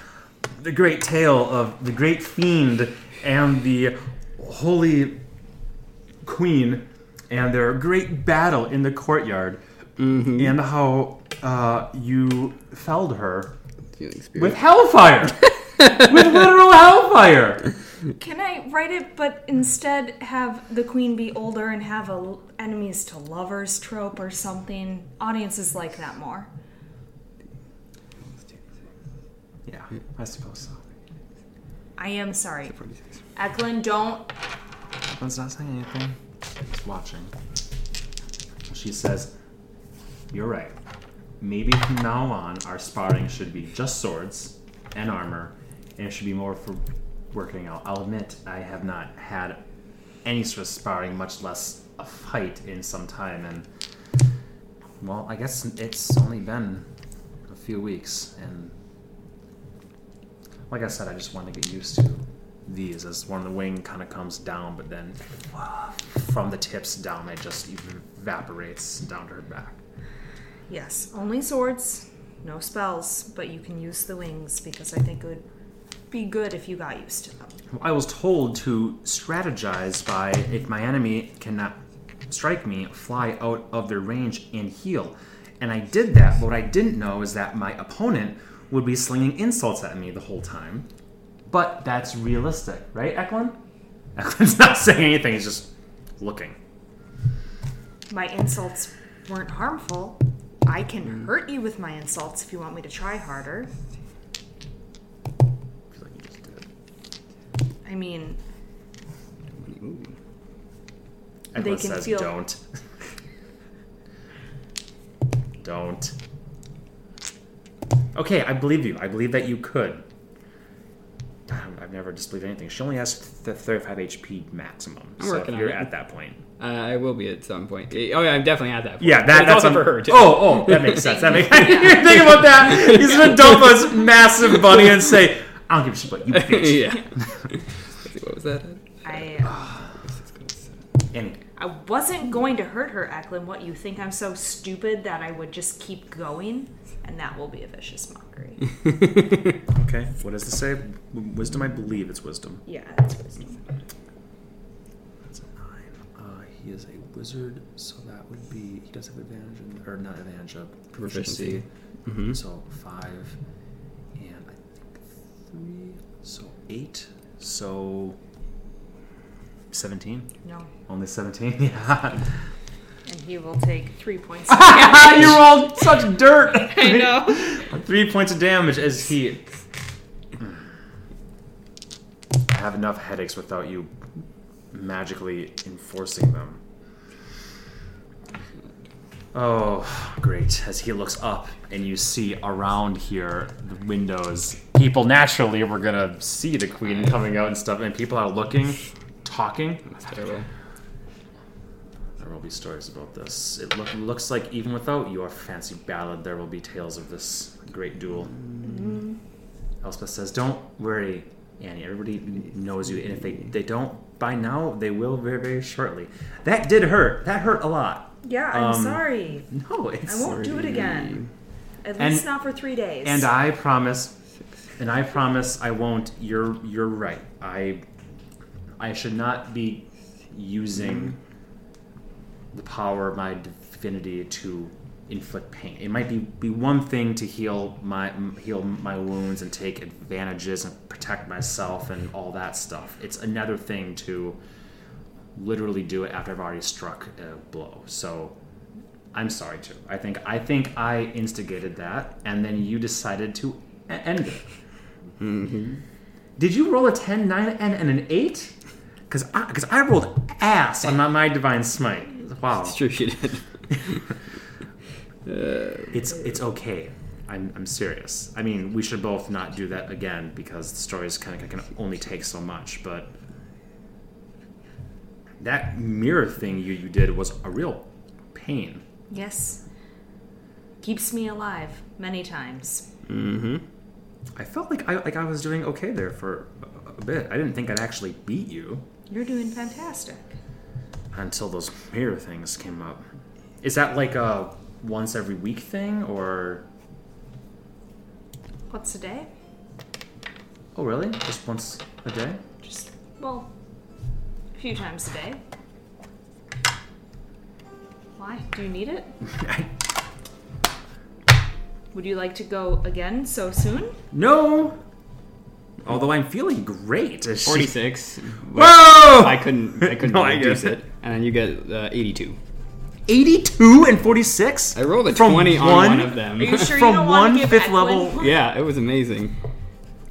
The great tale of the great fiend and the holy queen and their great battle in the courtyard, and how uh, you felled her Feeling spirit. with hellfire, with literal hellfire. Can I write it, but instead have the queen be older and have a l- enemies to lovers trope or something? Audiences like that more. Yeah, I suppose so. I am sorry. 46. Eklund, don't. One's not saying anything. Just watching. She says, You're right. Maybe from now on, our sparring should be just swords and armor, and it should be more for working out. I'll admit, I have not had any sort of sparring, much less a fight, in some time, and well, I guess it's only been a few weeks, and like I said, I just want to get used to these as one of the wing kind of comes down, but then uh, from the tips down, it just even evaporates down to her back. Yes, only swords, no spells, but you can use the wings because I think it would be good if you got used to them. I was told to strategize by if my enemy cannot strike me, fly out of their range and heal. And I did that, but what I didn't know is that my opponent would be slinging insults at me the whole time. But that's realistic, right, Eklund? Eklund's not saying anything, he's just looking. My insults weren't harmful. I can hurt you with my insults if you want me to try harder. He's like, "You just did it." I mean, Ooh. Eklund can says, feel- don't. don't. Okay, I believe you. I believe that you could. Damn, I've never disbelieved anything. She only has th- 35 HP maximum. I'm so if working on you're it. at that point. Uh, I will be at some point. Eh, Oh yeah, I'm definitely at that point. Yeah, But that, it's that's also un- for her too. Oh, oh, that makes sense. That makes. I didn't even think about that. He's gonna dump us massive money and say, "I don't give a shit about you, bitch." yeah. Let's see, what was that? I And I wasn't going to hurt her, Eklund. What you think I'm so stupid that I would just keep going, and that will be a vicious mockery. okay, what does this say? W- Wisdom, I believe it's wisdom. yeah, that's wisdom. That's a nine. Uh, he is a wizard, so that would be he does have advantage in, or not advantage of proficiency. Proficiency. Mhm. So five, and I think three. So eight. So seventeen. No, Only seventeen. Yeah. and he will take three points. you rolled such dirt. I know. Three points of damage as he. I have enough headaches without you magically enforcing them. Oh, great. As he looks up and you see around here the windows, people naturally were gonna see the queen coming out and stuff, and people are looking, talking. That's terrible. There will be stories about this. It look, looks like even without your fancy ballad, there will be tales of this great duel. Mm-hmm. Elspeth says, "Don't worry, Annie. Everybody kn- knows you, and if they, they don't by now, they will very very shortly." That did hurt. That hurt a lot. Yeah, I'm Um, sorry. No, it's I won't do it again. At And- least not for three days. And I promise, and I promise I won't. You're you're right. I I should not be using the power of my divinity to inflict pain. It might be, be one thing to heal my m- heal my wounds and take advantages and protect myself and all that stuff. It's another thing to literally do it after I've already struck a blow. So I'm sorry too. I think I think I instigated that, and then you decided to e- end it. Did you roll a 10, 9, and, and an eight? Because I, because I rolled ass on my, my divine smite. Wow, It's true, she did. it's it's okay. I'm, I'm serious. I mean, we should both not do that again because the stories kind of can only take so much. But that mirror thing you, you did was a real pain. yes, keeps me alive many times. I felt like I like I was doing okay there for a- a bit. I didn't think I'd actually beat you You're doing fantastic. until those mirror things came up. Is that like a once every week thing, or What's the day? oh really? Just once a day? Just well, a few times a day. Why? Do you need it? Would you like to go again so soon? no. Although I'm feeling great. as she- Forty-six. Whoa! I couldn't. I couldn't No, I reduce get it. it. And then you get uh, eighty-two. 82 and 46. I rolled a From twenty on one- one of them. Are you sure you From don't one want to give fifth Eklund level- one? yeah, it was amazing.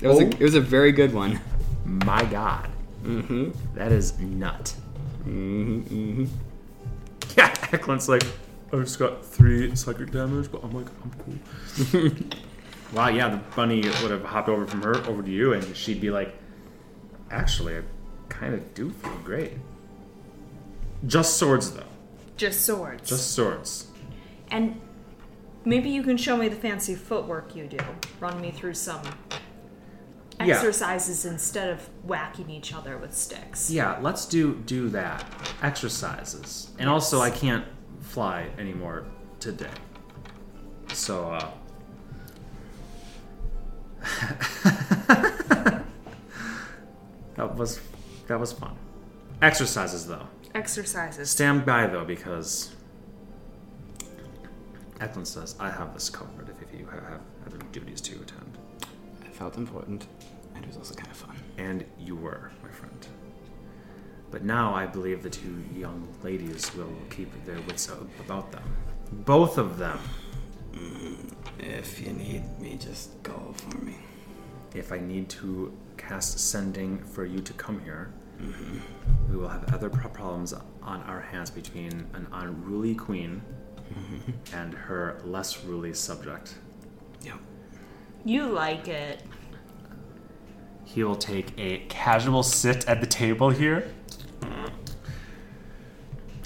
It was. A, Oh. it was a very good one. My God, Mm-hmm. that is nut. Mm-hmm. Mm-hmm. Yeah, Eklund's like, I just got three psychic damage, but I'm like, I'm cool. wow, yeah, the bunny would have hopped over from her over to you, and she'd be like, actually, I kind of do feel great. Just swords, though. Just swords. Just swords. And maybe you can show me the fancy footwork you do. Run me through some Yeah. exercises instead of whacking each other with sticks. Yeah, let's do do that. Exercises. And also, I can't fly anymore today. So, uh. that was that was fun. Exercises though. Exercises. Stand by though because Eklund says I have this covered if you have, have other duties to attend. It felt important. And it was also kind of fun. And you were, my friend. But now I believe the two young ladies will keep their wits a- about them. Both of them. If you need me, just call for me. If I need to cast sending for you to come here, we will have other pro- problems on our hands between an unruly queen and her less ruly subject. Yep. You like it. He will take a casual sit at the table here.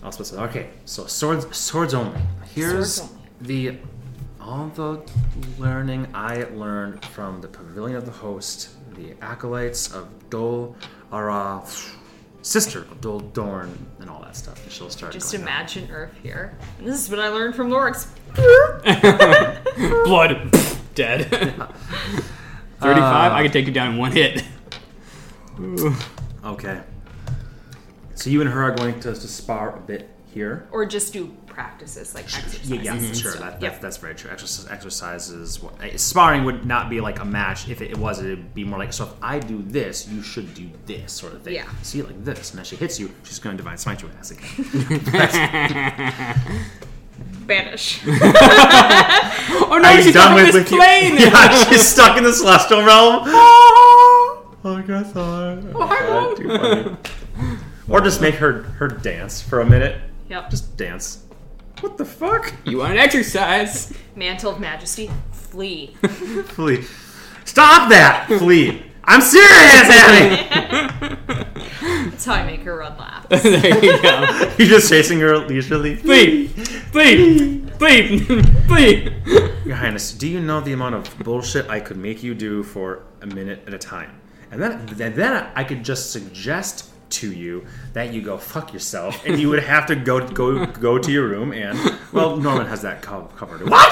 I'll specify. Okay, so swords, swords only. Here's Swords only. the all the learning I learned from the pavilion of the host, the acolytes of Dol Ara, sister of Dol Dorn, and all that stuff. And she'll start. Just going on. imagine Earth here. And this is what I learned from Lorix. Blood. Dead. Thirty-five. Uh, I could take you down in one hit. Ooh. Okay. So you and her are going to, to spar a bit here. Or just do practices like exercises. Mm-hmm. Yeah, yeah, and sure. stuff. That, that, Yep. That's very true. Exercise, exercises. wha- eh, Sparring would not be like a match. If it was, it'd be more like, so if I do this, you should do this sort of thing. Yeah. See, like this. And as she hits you, she's going to divine smite your ass again. Banish. Oh no, she's done with this you. plane. Yeah, she's stuck in the celestial realm. Oh, Like I thought. God, too funny. or just make her her dance for a minute. yep. Just Just dance. What the fuck? You want an exercise? mantle of majesty. Flee. Flee. Stop that! Flee. I'm serious, Abby! That's how I make her run laugh. there you go. You're just chasing her leisurely. Bleep, bleep, bleep, bleep. Your Highness, do you know the amount of bullshit I could make you do for a minute at a time? And then, then, then I could just suggest to you that you go fuck yourself, and you would have to go go go to your room. And well, Norman has that co- covered. What?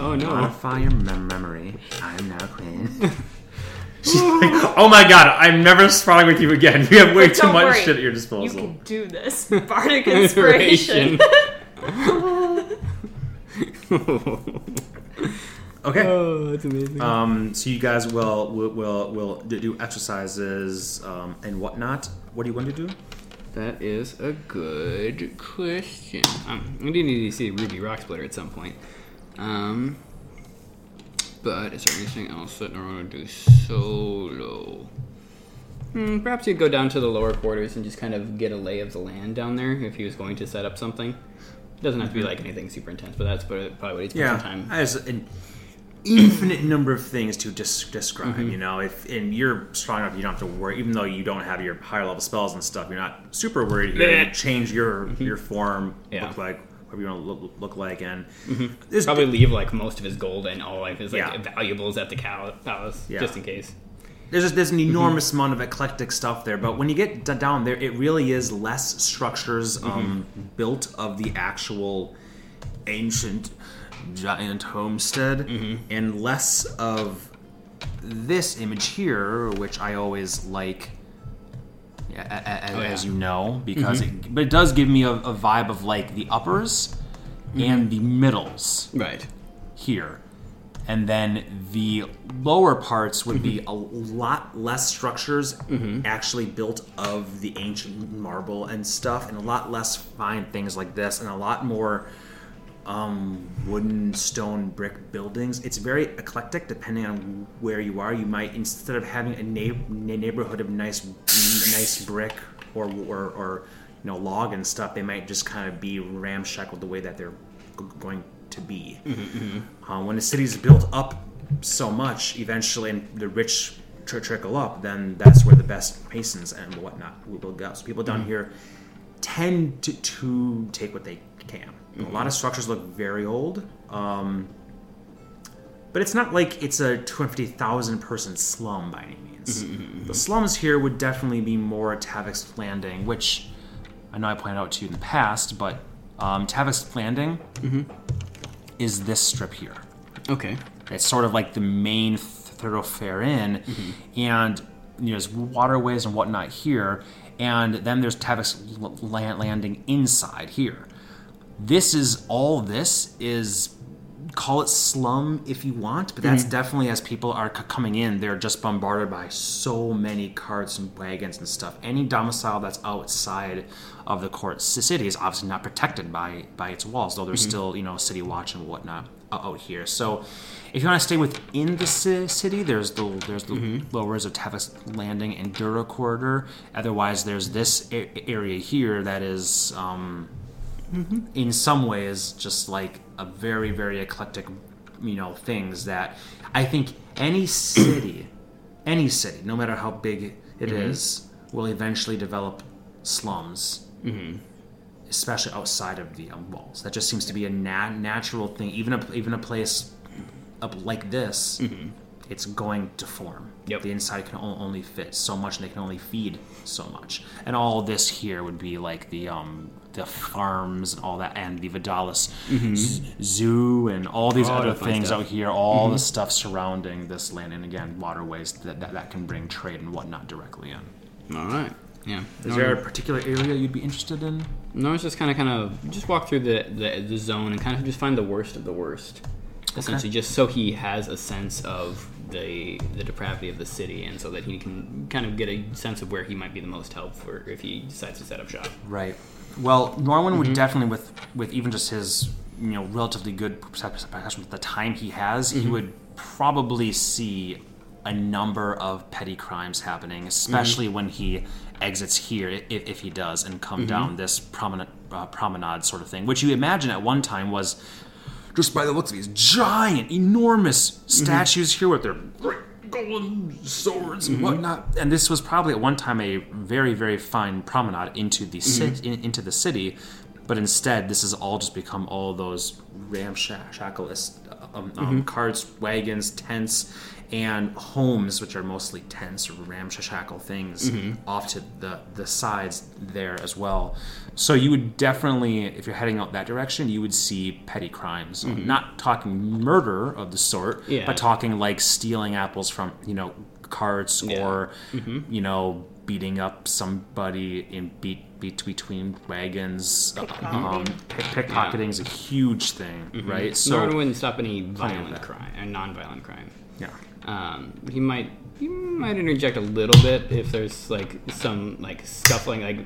Oh no. Modify your mem- memory. I'm now queen. She's like, oh my god, I'm never sparring with you again. You have way But too don't much worry. shit at your You disposal. can do this. Bardic inspiration. Okay. oh, that's amazing. Um, so you guys will will will, will do do exercises um, and whatnot. What do you want to do? that is a good question. Um, we do need to see Ruby Rock Splitter at some point. Um, but is there anything else that I want to do solo? Hmm, perhaps he'd go down to the lower quarters and just kind of get a lay of the land down there if he was going to set up something. doesn't have to Mm-hmm. be like anything super intense, but that's what- probably what he's spent some time. as an infinite number of things to dis- describe. You know, if and you're strong enough, you don't have to worry. Even though you don't have your higher level spells and stuff, you're not super worried. You Bleh. can change your your form, Yeah. look like whatever you want to look, look like, and this Probably leave like most of his gold and all of his like Yeah. valuables at the cow- palace, Yeah. just in case. there's just, there's an enormous amount of eclectic stuff there, but when you get d- down there, it really is less structures um, built of the actual ancient giant homestead, and less of this image here, which I always like. Yeah, a- a- a- yeah. as you know, because it, but it does give me a, a vibe of like the uppers and the middles Right. here. And then the lower parts would be a lot less structures actually built of the ancient marble and stuff, and a lot less fine things like this, and a lot more um, wooden, stone, brick buildings. It's very eclectic depending on where you are. You might, instead of having a neigh- neighborhood of nice, nice brick or, or, or you know, log and stuff, they might just kind of be ramshackle the way that they're g- going to be. Uh, when a city's built up so much, eventually, and the rich tr- trickle up, then that's where the best masons and whatnot will go. So people down here tend to, to take what they can. A lot of structures look very old, um, but it's not like it's a 250,000 person slum by any means. The slums here would definitely be more Tavix Landing, which I know I pointed out to you in the past, but um, Tavix Landing is this strip here. Okay. It's sort of like the main thoroughfare in, and you know, there's waterways and whatnot here, and then there's Tavis L- Land Landing inside here. This is all. This is call it slum if you want, but that's definitely as people are c- coming in, they're just bombarded by so many carts and wagons and stuff. Any domicile that's outside of the court c- city is obviously not protected by by its walls, though there's still you know city watch and whatnot o- out here. So if you want to stay within the ci- city, there's the there's the lowers of Tavis Landing and Dura Corridor. Otherwise, there's this a- area here that is. Um, in some ways just like a very very eclectic you know things that i think any city any city no matter how big it is, will eventually develop slums especially outside of the um, walls that just seems to be a nat- natural thing even a, even a place up like this it's going to form Yep. the inside can o- only fit so much and they can only feed so much and all this here would be like the um the farms and all that and the vidalis z- zoo and all these All other that fun things stuff. out here all the stuff surrounding this land and again waterways that, that, that can bring trade and whatnot directly in All right. Yeah. is No, there a particular area you'd be interested in no, it's just kind of, kind of, just walk through the, the the zone and kind of just find the worst of the worst, essentially, just so he has a sense of the the depravity of the city, and so that he can kind of get a sense of where he might be the most helpful if he decides to set up shop. Right. Well, Norwin would definitely, with with even just his you know relatively good perception perception with the time he has, he would probably see a number of petty crimes happening, especially when he exits here, i- if, if he does, and come down this prominent uh, promenade sort of thing, which you imagine at one time was just by the looks of these giant, enormous statues here with their great golden swords and whatnot. Mm-hmm. And this was probably at one time a very, very fine promenade into the city, in, into the city, but instead this has all just become all those ramshackle um, um, carts, wagons, tents, and homes, which are mostly tents or ramshackle things, off to the the sides there as well. So you would definitely, if you're heading out that direction, you would see petty crimes. Not talking murder of the sort, Yeah. but talking like stealing apples from you know carts Yeah. or you know beating up somebody in beat, beat between wagons. Um, pick, pickpocketing is a huge thing, right? So So Norwin wouldn't stop any violent that. crime and non-violent crime. yeah. um, he might he might interject a little bit if there's like some like scuffling like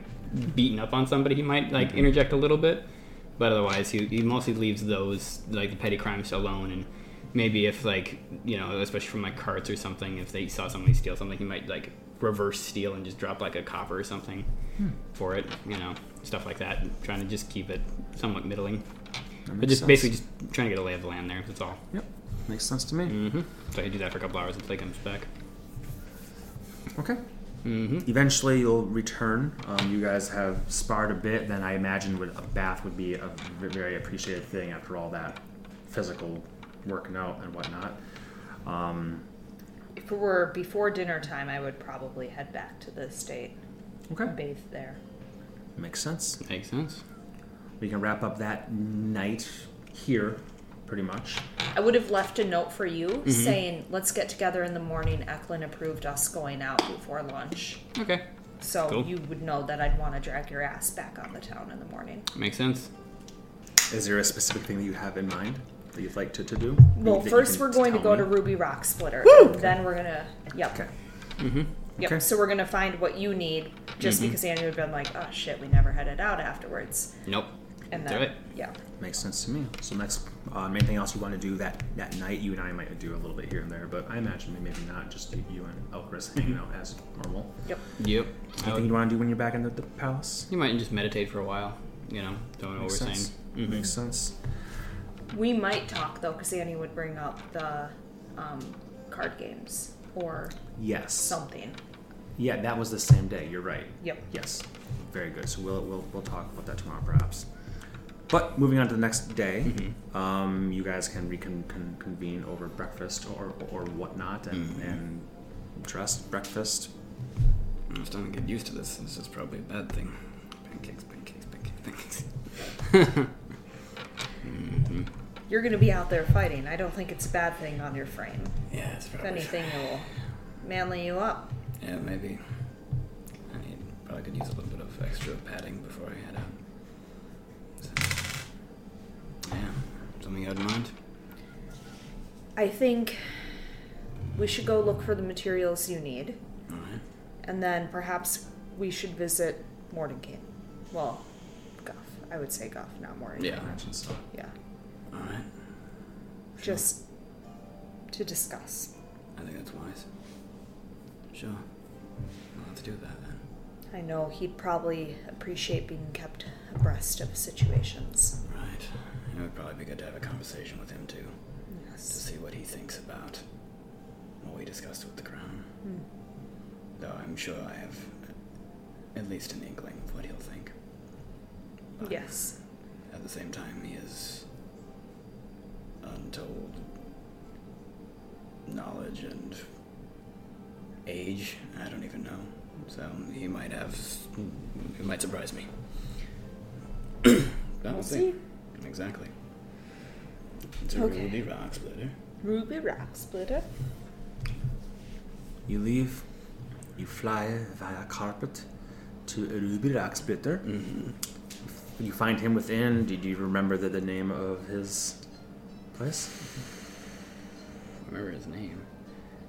beating up on somebody he might like interject a little bit but otherwise he, he mostly leaves those like the petty crimes alone and maybe if like you know especially from like carts or something if they saw somebody steal something he might like reverse steal and just drop like a copper or something for it you know stuff like that trying to just keep it somewhat middling but just sense. basically just trying to get a lay of the land there that's all Yep. Makes sense to Mm. me. so I do that for a couple hours until he comes back. Okay. Eventually, you'll return. Um, you guys have sparred a bit. Then I imagine would, a bath would be a v- very appreciated thing after all that physical working out and whatnot. Um, If it were before dinner time, I would probably head back to the state, okay. bathe there. Makes sense. Makes sense. We can wrap up that night here, pretty much. I would have left a note for you Mm-hmm. saying, "Let's get together in the morning." Eklund approved us going out before lunch, Okay. so Cool. you would know that I'd want to drag your ass back on the town in the morning. Makes sense. Is there a specific thing that you have in mind that you'd like to, to do? Well, That you first can we're going to tell go to me? Ruby Rock Splitter. and Then we're gonna, yep, Okay. yep. Okay. So we're gonna find what you need, just Mm-hmm. because Andrew had been like, "Oh shit, we never headed out afterwards," Nope. and Do then it. yeah, Makes sense to me. So next, um, anything else you want to do that that night? You and I might do a little bit here and there, but I imagine maybe not. Just you- you and Elchris hanging out as normal. yep. Yep. Mm-hmm. I Anything would- you want to do when you're back in the, the palace? you might just meditate for a while. You know, don't Makes overthink. sense. Makes sense. We might talk though, because Annie would bring up the um, card games or Yes. something. Yeah, that was the same day. You're right. Yep. Yes. Very good. So we'll we'll, we'll talk about that tomorrow, perhaps. But moving on to the next day, Mm-hmm. um, you guys can recon con- convene over breakfast or or whatnot, and Mm-hmm. and dress breakfast. I'm starting to get used to this. This is probably a bad thing. Pancakes, pancakes, pancakes, pancakes. You're gonna be out there fighting. I don't think it's a bad thing on your frame. Yeah, it's If probably. anything, it will manly you up. Yeah, maybe. I need probably could use a little bit of extra padding before I head out. So, yeah, something you had in mind? I think we should go look for the materials you need, All right. and then perhaps we should visit Mordenkainen. Well, Guff. I would say Guff, not Mordenkainen. Yeah. Action stuff. Yeah. All right. Just to discuss. I think that's wise. Sure. I'll have to do that then. I know he'd probably appreciate being kept abreast of situations. Right. It would probably be good to have a conversation with him too. to Yes. see what he thinks about what we discussed with the crown. Though I'm sure I have at least an inkling of what he'll think. Yes. At the same time, he has untold knowledge and age. I don't even know. So he might have. It might surprise me. but we'll see. Exactly. It's a Okay. really rock splitter. Ruby Rock Splitter. You leave, you fly via carpet to Ruby Racksplitter. Mm-hmm. You find him within. Did you remember the, the name of his place? remember his name.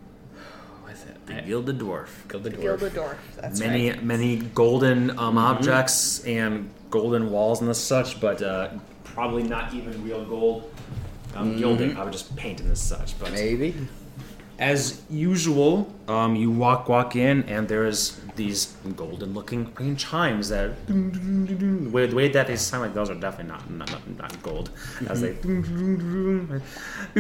What's it? The I- Gilded Dwarf. Gilded Dwarf. Gildadorf. That's many right. Mm-hmm. many golden um, objects and golden walls and such, but uh, probably not even real gold. Um, Mm-hmm. Gilding, I would just paint and such. But Maybe. as usual, um, you walk walk in, and there is these golden looking green chimes that the way, the way that they sound like those are definitely not not, not, not gold. As they be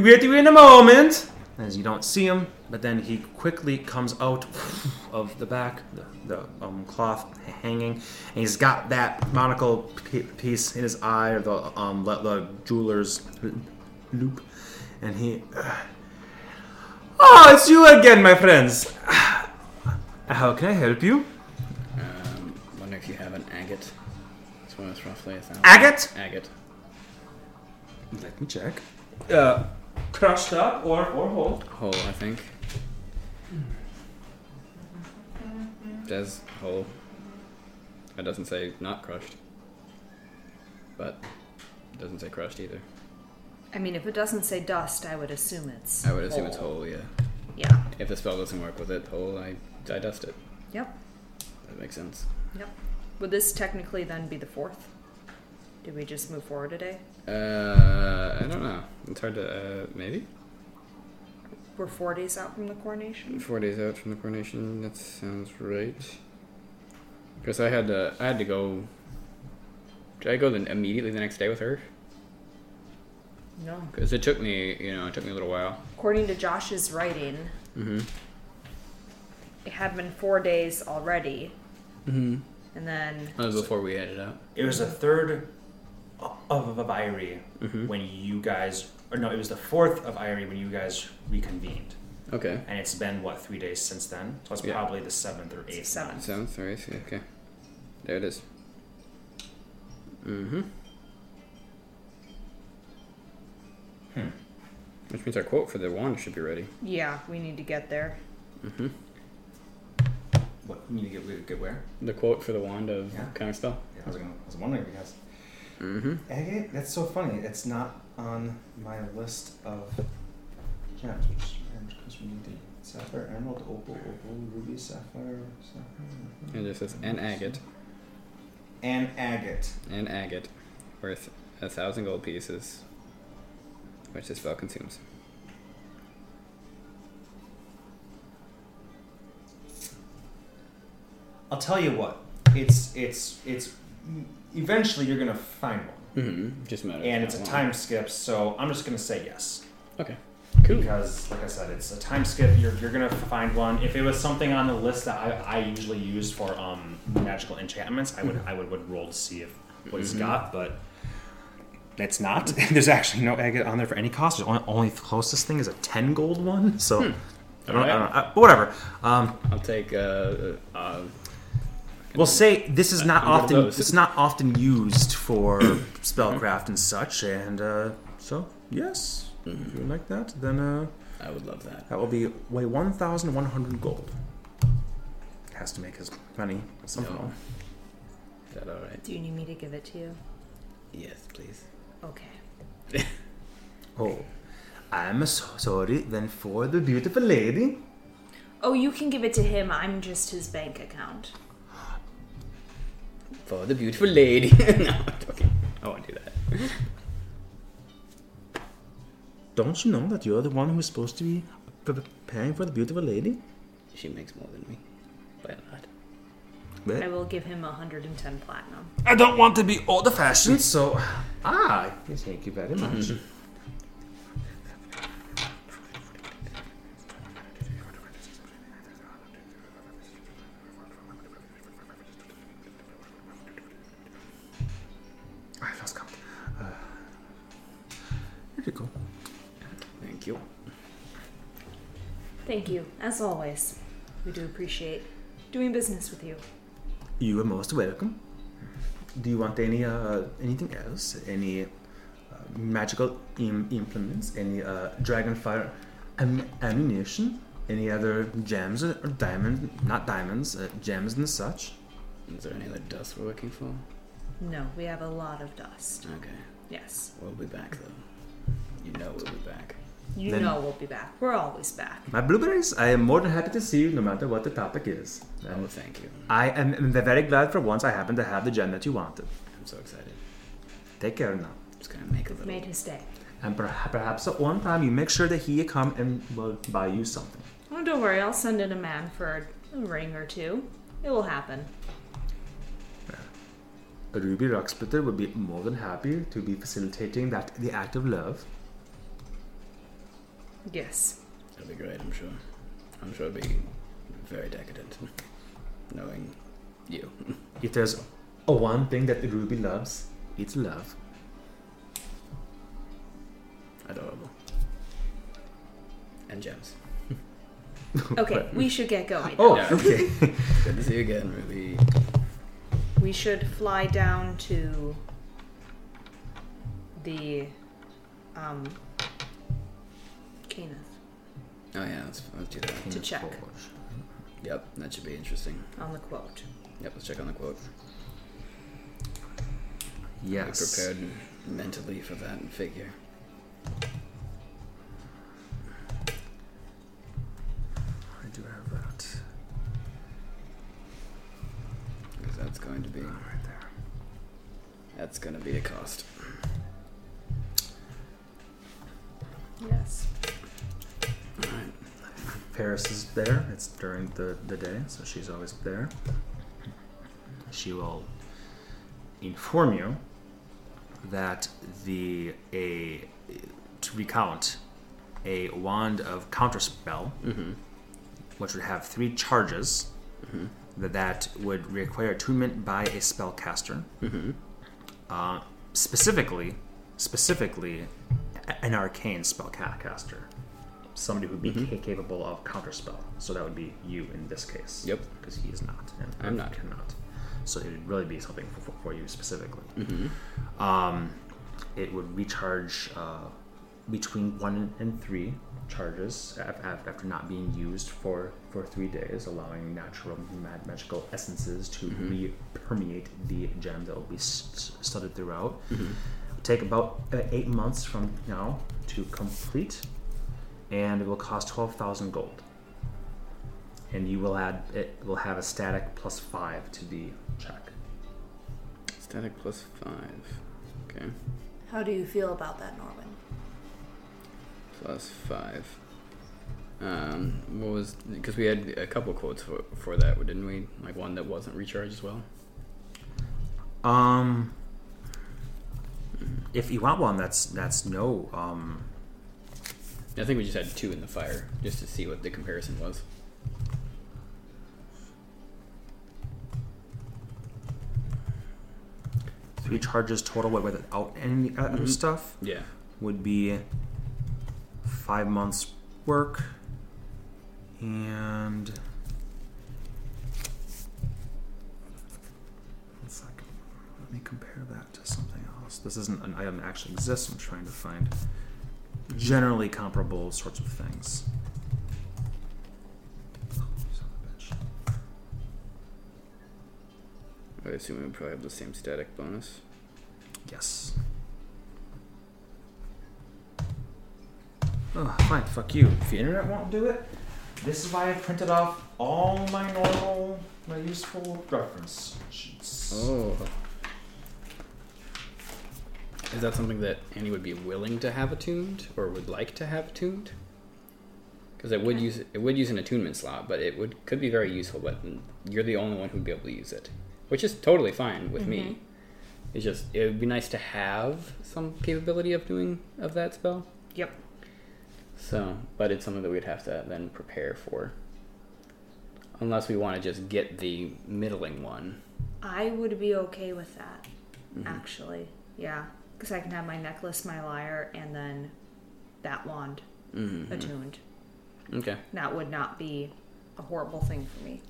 with you in a moment. As you don't see him, but then he quickly comes out of the back, the, the um, cloth hanging, and he's got that monocle pi piece in his eye, or the um, le- the jeweler's loop, and he Oh, it's you again, my friends. How can I help you? Um, wonder if you have an agate. It's worth roughly a thousand. Agate? Agate. Let me check. Uh, crushed up or, or whole? Hole, I think. Says hole. It doesn't say not crushed. But it doesn't say crushed either. I mean, if it doesn't say dust, I would assume it's. I would assume it's whole. hole, yeah. Yeah. If the spell doesn't work with it, hole, I, I dust it. Yep. That makes sense. Yep. Would this technically then be the fourth? Did we just move forward today? Uh, I don't know. It's hard to, uh, maybe? We're four days out from the coronation. Four days out from the coronation. That sounds right. Because I had to, I had to go. Did I go then immediately the next day with her? No. Because it took me, you know, it took me a little while. According to Josh's writing, Mm-hmm. it had been four days already. Mm-hmm. And then That was before we headed out. It was the third o- of, of Irie when you guys, or no, it was the fourth of Irie when you guys reconvened. Okay. And it's been, what, three days since then? So it's Yeah. probably the seventh or eighth. seventh. Sounds right. yeah, Okay. There it is. Mm-hmm. Hmm. Which means our quote for the wand should be ready. Yeah, we need to get there. What you need to get, get where? The quote for the wand of Yeah. counter spell. Yeah, I was, gonna, I was wondering because. Mm-hmm. Agate, that's so funny. It's not on my list of gems, which gems because we need the sapphire, emerald, opal, opal, ruby, sapphire, sapphire. And this is an agate, And agate. an agate, worth a thousand gold pieces, which this spell consumes. I'll tell you what. It's it's it's. Eventually, you're gonna find one, Mm-hmm. Just a matter. of and it's a how long. time skip. So I'm just gonna say yes. Okay. Cool. because like I said, it's a time skip. You're, you're gonna find one. If it was something on the list that I, I usually use for um, magical enchantments, I would I would, would roll to see if what it's got, but it's not. There's actually no agate on there for any cost. The only, only closest thing is a ten gold one. So I don't, I don't- I- but whatever. Um, I'll take. Uh, uh, We'll say this is not I'm good at often those. it's not often used for spellcraft and such, and uh, so yes, if you would like that, then uh, I would love that. that will be weigh one thousand one hundred gold. Has to make his money somehow. Is that all right? Do you need me to give it to you? Yes, please. Okay. Oh, I'm so sorry then for the beautiful lady. Oh, you can give it to him. I'm just his bank account. For the beautiful lady. no, I'm joking. I won't do that. Don't you know that you're the one who's supposed to be p- p- paying for the beautiful lady? She makes more than me by a lot. I will give him 110 platinum. I don't want to be old fashioned, so ah, yes, thank you very much. Mm-hmm. I lost count. Uh, Here you go. Thank you. Thank you, as always. We do appreciate doing business with you. You are most welcome. Do you want any uh, anything else? Any uh, magical Im- implements? Any uh, dragonfire am- ammunition? Any other gems or or diamond? Not diamonds, uh, gems and such. Is there any other dust we're looking for? No, we have a lot of dust. Okay. Yes. We'll be back though. You know we'll be back. You Then- know we'll be back. We're always back. My blueberries. I am more than happy to see you, no matter what the topic is. Oh, And thank you. I am am very glad for once I happen to have the gem that you wanted. I'm so excited. Take care now. Just gonna make a little. Made his day. And perha- perhaps at one time you make sure that he come and will buy you something. Oh, don't worry. I'll send in a man for a ring or two. It will happen. Ruby Rocksplitter would be more than happy to be facilitating that the act of love. Yes. It'll be great. I'm sure. I'm sure it'll be very decadent. Knowing you. If there's a one thing that Ruby loves, it's love. Adorable. And gems. Okay, we should get going. Oh, Yeah. okay. Good to see you again, Ruby. We should fly down to the um Kenneth. Oh yeah, let's, let's do that. To check. Yep, that should be interesting. on the quote. Yep, let's check on the quote. Be Yes. prepared mentally for that figure. I do have that. Because that's going to be Right there. that's going to be a cost. Yes. Paris is there. It's during the, the day, so she's always there. She will inform you that the a to recount a wand of counterspell, which would have three charges, that that would require attunement by a spellcaster. Uh, specifically, specifically, a- an arcane spellcaster somebody who would be ca- capable of counterspell. So that would be you in this case. Yep. Because he is not. And I'm not. Cannot. So it would really be something for, for, Mm-hmm. for you specifically. Um, it would recharge uh, between one and three charges af- af- after not being used for, for three days, allowing natural mag- magical essences to Mm-hmm. re-permeate the gem that will be s- s- studded throughout. Mm-hmm. It'll take about uh, eight months from now to complete, and it will cost twelve thousand gold. And you will add it will have a static plus five to the check. Static plus five. Okay. How do you feel about that, Norman? Plus five. Um, what was because we had a couple quotes for, for that, didn't we? Like one that wasn't recharged as well. Um, if you want one, that's that's no. Um, I think we just had two in the fire just to see what the comparison was. three charges total wi- without any other stuff Yeah. would be five months work and one second. Let me compare that to something else. This isn't an item that actually exists. I'm trying to find generally comparable sorts of things. Oh, Son of a bitch. I assume we probably have the same static bonus. Yes. Oh, fine. Fuck you. If the internet won't do it, this is why I printed off all my normal, my useful reference sheets. Oh. Is that something that Annie would be willing to have attuned or would like to have attuned? Because it would use it would use an attunement slot, but it would could be very useful. But you're the only one who'd be able to use it, which is totally fine with me. It's just it would be nice to have some capability of doing of that spell. Yep. So, but it's something that we'd have to then prepare for, unless we want to just get the middling one. I would be okay with that, actually. Yeah, because I can have my necklace, my lyre, and then that wand Mm-hmm. attuned. Okay. That would not be a horrible thing for me.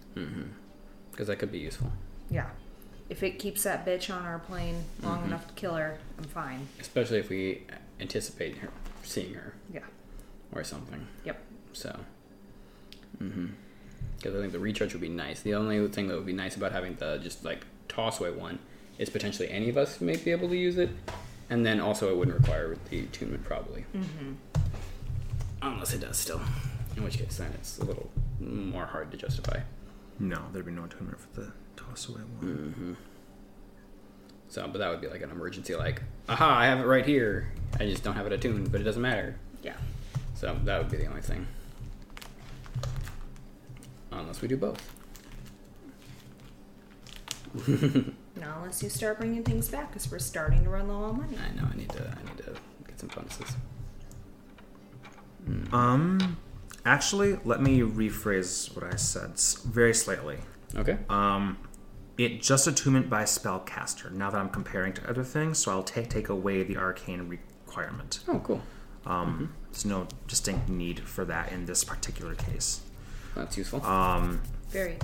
Because that could be useful, Yeah. If it keeps that bitch on our plane long enough to kill her, I'm fine. especially if we anticipate her seeing her Yeah. or something. Yep. So, mm-hmm. because I think the recharge would be nice. The only thing that would be nice about having the just like toss away one is potentially any of us may be able to use it, and then also it wouldn't require the attunement probably, mm-hmm. unless it does still. In which case, then it's a little more hard to justify. No, there'd be no atonement for the toss away one. So, but that would be like an emergency, like, aha, I have it right here. I just don't have it attuned, but it doesn't matter. Yeah. So that would be the only thing. Unless we do both. Not unless you start bringing things back, because we're starting to run low on money. I know I need to. I need to get some bonuses. Um, actually, let me rephrase what I said s- very slightly. Okay. Um, it just attunement by spellcaster. Now that I'm comparing to other things, so I'll take take away the arcane requirement. oh, cool. Um, There's no distinct need for that in this particular case. That's useful. Um, Very.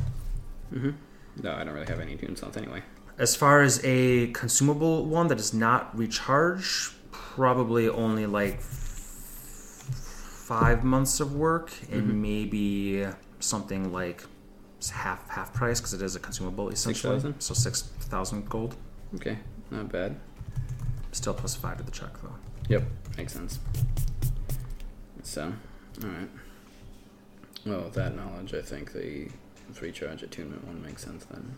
no, I don't really have any tune slots anyway. as far as a consumable one that does not recharge, probably only like f- five months of work and maybe something like s- half half price because it is a consumable essentially. 6,000? so six thousand gold, Okay, not bad. still plus five to the check though. Yep, makes sense. So, all right. Well, with that knowledge, I think the free charge attunement one makes sense then.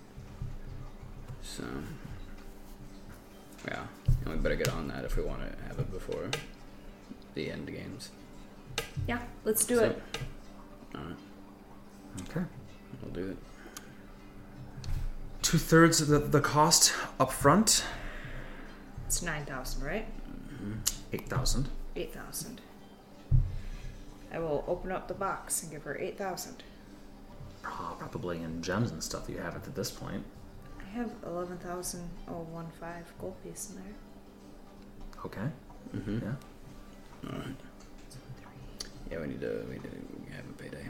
So, yeah, and we better get on that if we want to have it before the end games. Yeah, let's do So- it. All right, Okay. we'll do it. two thirds of the, the cost up front, It's 9,000, right? eight thousand. 8,000. I will open up the box and give her 8,000. Probably in gems and stuff that you have at this point. I have 11,015 gold piece in there. Okay. Yeah. Yeah, we need to we need to have a payday.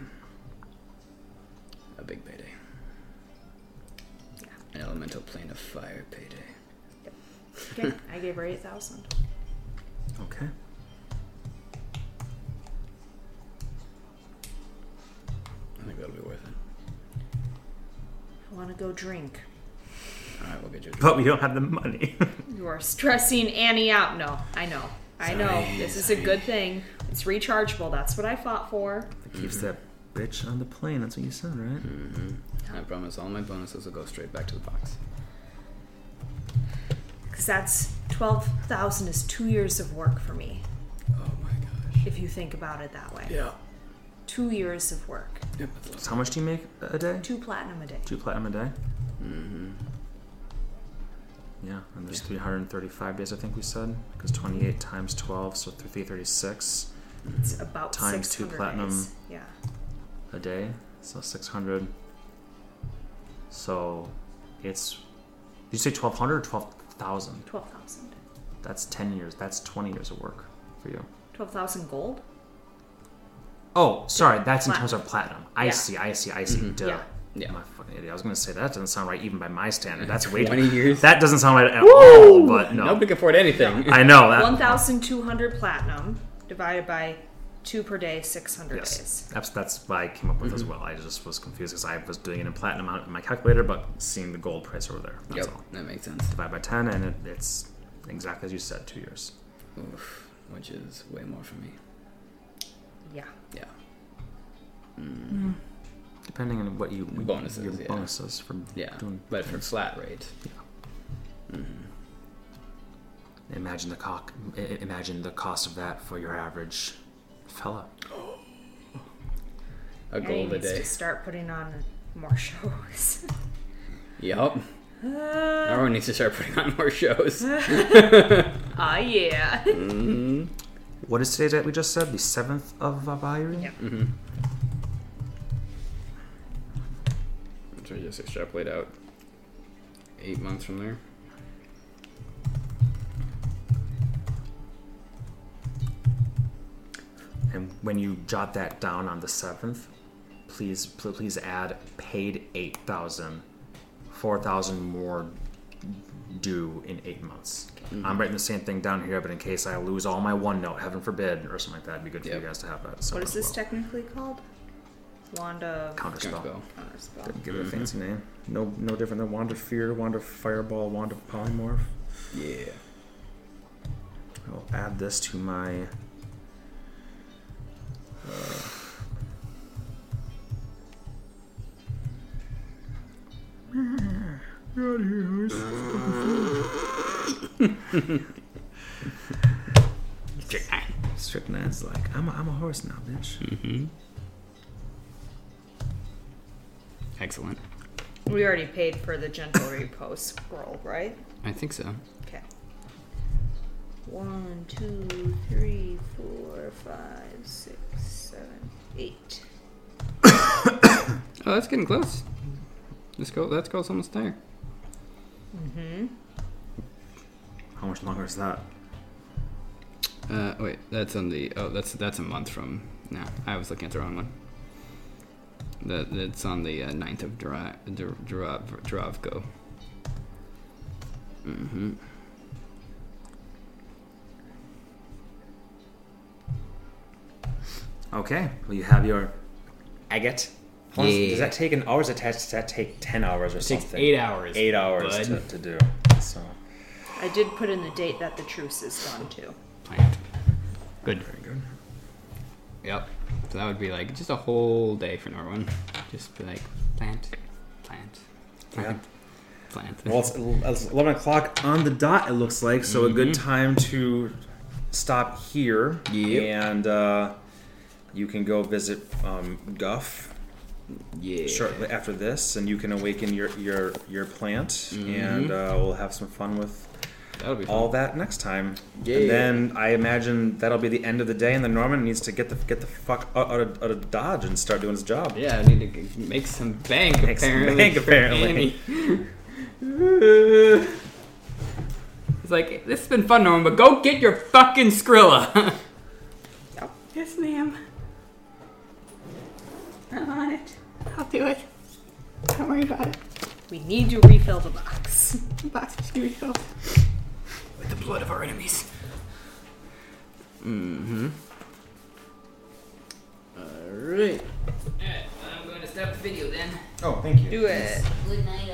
A big payday. An elemental plane of fire payday. Okay, I gave her 8,000. Okay. want to go drink. All right, we'll get you. a But we don't have the money. You are stressing Annie out. No, I know. I know. This is a good thing. It's rechargeable. That's what I fought for. Keeps that bitch on the plane. That's what you said, right? I promise all my bonuses will go straight back to the box. Because that's 12,000 is two years of work for me, Oh my gosh. if you think about it that way. Yeah. Two years of work. Yep, that's awesome. So how much do you make a day? Two platinum a day. Two platinum a day. Mm-hmm. Yeah, and there's 335 days. I think we said because 28 times 12, so 336 It's about Times 600 two platinum. days. Yeah. a day, so 600. So it's did you say 1200 or 12,000? 12,000. That's 10 years. That's 20 years of work for you. 12,000 gold? Oh, sorry, that's in Plat- terms of platinum. I Yeah. see, I see, I see. Duh. Yeah. Yeah. I'm a fucking idiot. I was gonna say that doesn't sound right even by my standard. That's way 20 years. That doesn't sound right at all. But no, Nobody can afford anything. I know Uh, that. 1,200 platinum divided by two per day, 600 yes, days. that's that's what I came up with as well. I just was confused because I was doing it in platinum out in my calculator, but seeing the gold price over there. That's Yep. all. That makes sense. Divide by ten, and it, it's exactly as you said, two years. Oof, which is way more for me. Yeah. Yeah. Depending on what you Bonuses, your yeah. bonuses from Yeah. doing. But for flat rate. Imagine the cock. i- i- Imagine the cost of that for your average fella. A Annie gold a needs day. to start putting on more shows. Yup. Ah. Everyone needs to start putting on more shows. Ah, yeah. What is today's date we just said? The 7th of Abayri? Yeah. So just extrapolate out eight months from there. And when you jot that down on the 7th, please pl- please add paid 8,000, 4,000 more due in 8 months. Mm-hmm. I'm writing the same thing down here, but in case I lose all my OneNote, heaven forbid, or something like that, it'd be good for Yep. you guys to have that. What somewhere is as this well. technically called? uh, Wand of Counterspell. Counterspell. Counterspell. Give it a fancy name. No, no different than Wand of Fear, Wand of Fireball, Wand of Polymorph. Yeah. I'll add this to my. Uh, Strychnine's like, I'm a, I'm a horse now, bitch. Excellent. We already paid for the gentle repose scroll, right? I think so. Okay. One, two, three, four, five, six, seven, eight. Oh, that's getting close. This goal, that's goal's almost there. How much longer is that? Uh, wait, that's on the. Oh, that's that's a month from now. I was looking at the wrong one. That that's on the uh, 9th of Dra- Dra- Dra- Dravko. Mm-hmm. Okay, well, you have your agate. How long Yeah. Does that take an hour? Does that, does that take 10 hours or Takes something? eight hours. Eight hours bud. to, to do. So, I did put in the date that the truce is done too. Planned. good. Very good. Yep. So that would be like just a whole day for Norwin. Just be like plant, plant, plant, plant. Well, it's el- it's 11 o'clock on the dot, it looks like, so a good time to stop here. Mm-hmm. Yep. And uh, you can go visit um, Guff yeah. shortly after this, and you can awaken your, your, your plant, Mm-hmm. and uh, we'll have some fun with That'll be fun. all that next time. Yeah. And then I imagine that'll be the end of the day, and then Norman needs to get the get the fuck out, out, of, out of Dodge and start doing his job. Yeah, I need to g- make some bank Make some apparently. bank, for apparently. Annie. it's like this has been fun, Norman, but go get your fucking Skrilla. Yes, ma'am. I'm on it. I'll do it. Don't worry about it. We need to refill the box. The box is gonna be filled. With the blood of our enemies. Mm-hmm. Alright. Alright, I'm going to stop the video then. Oh, thank you. Do it. Good night.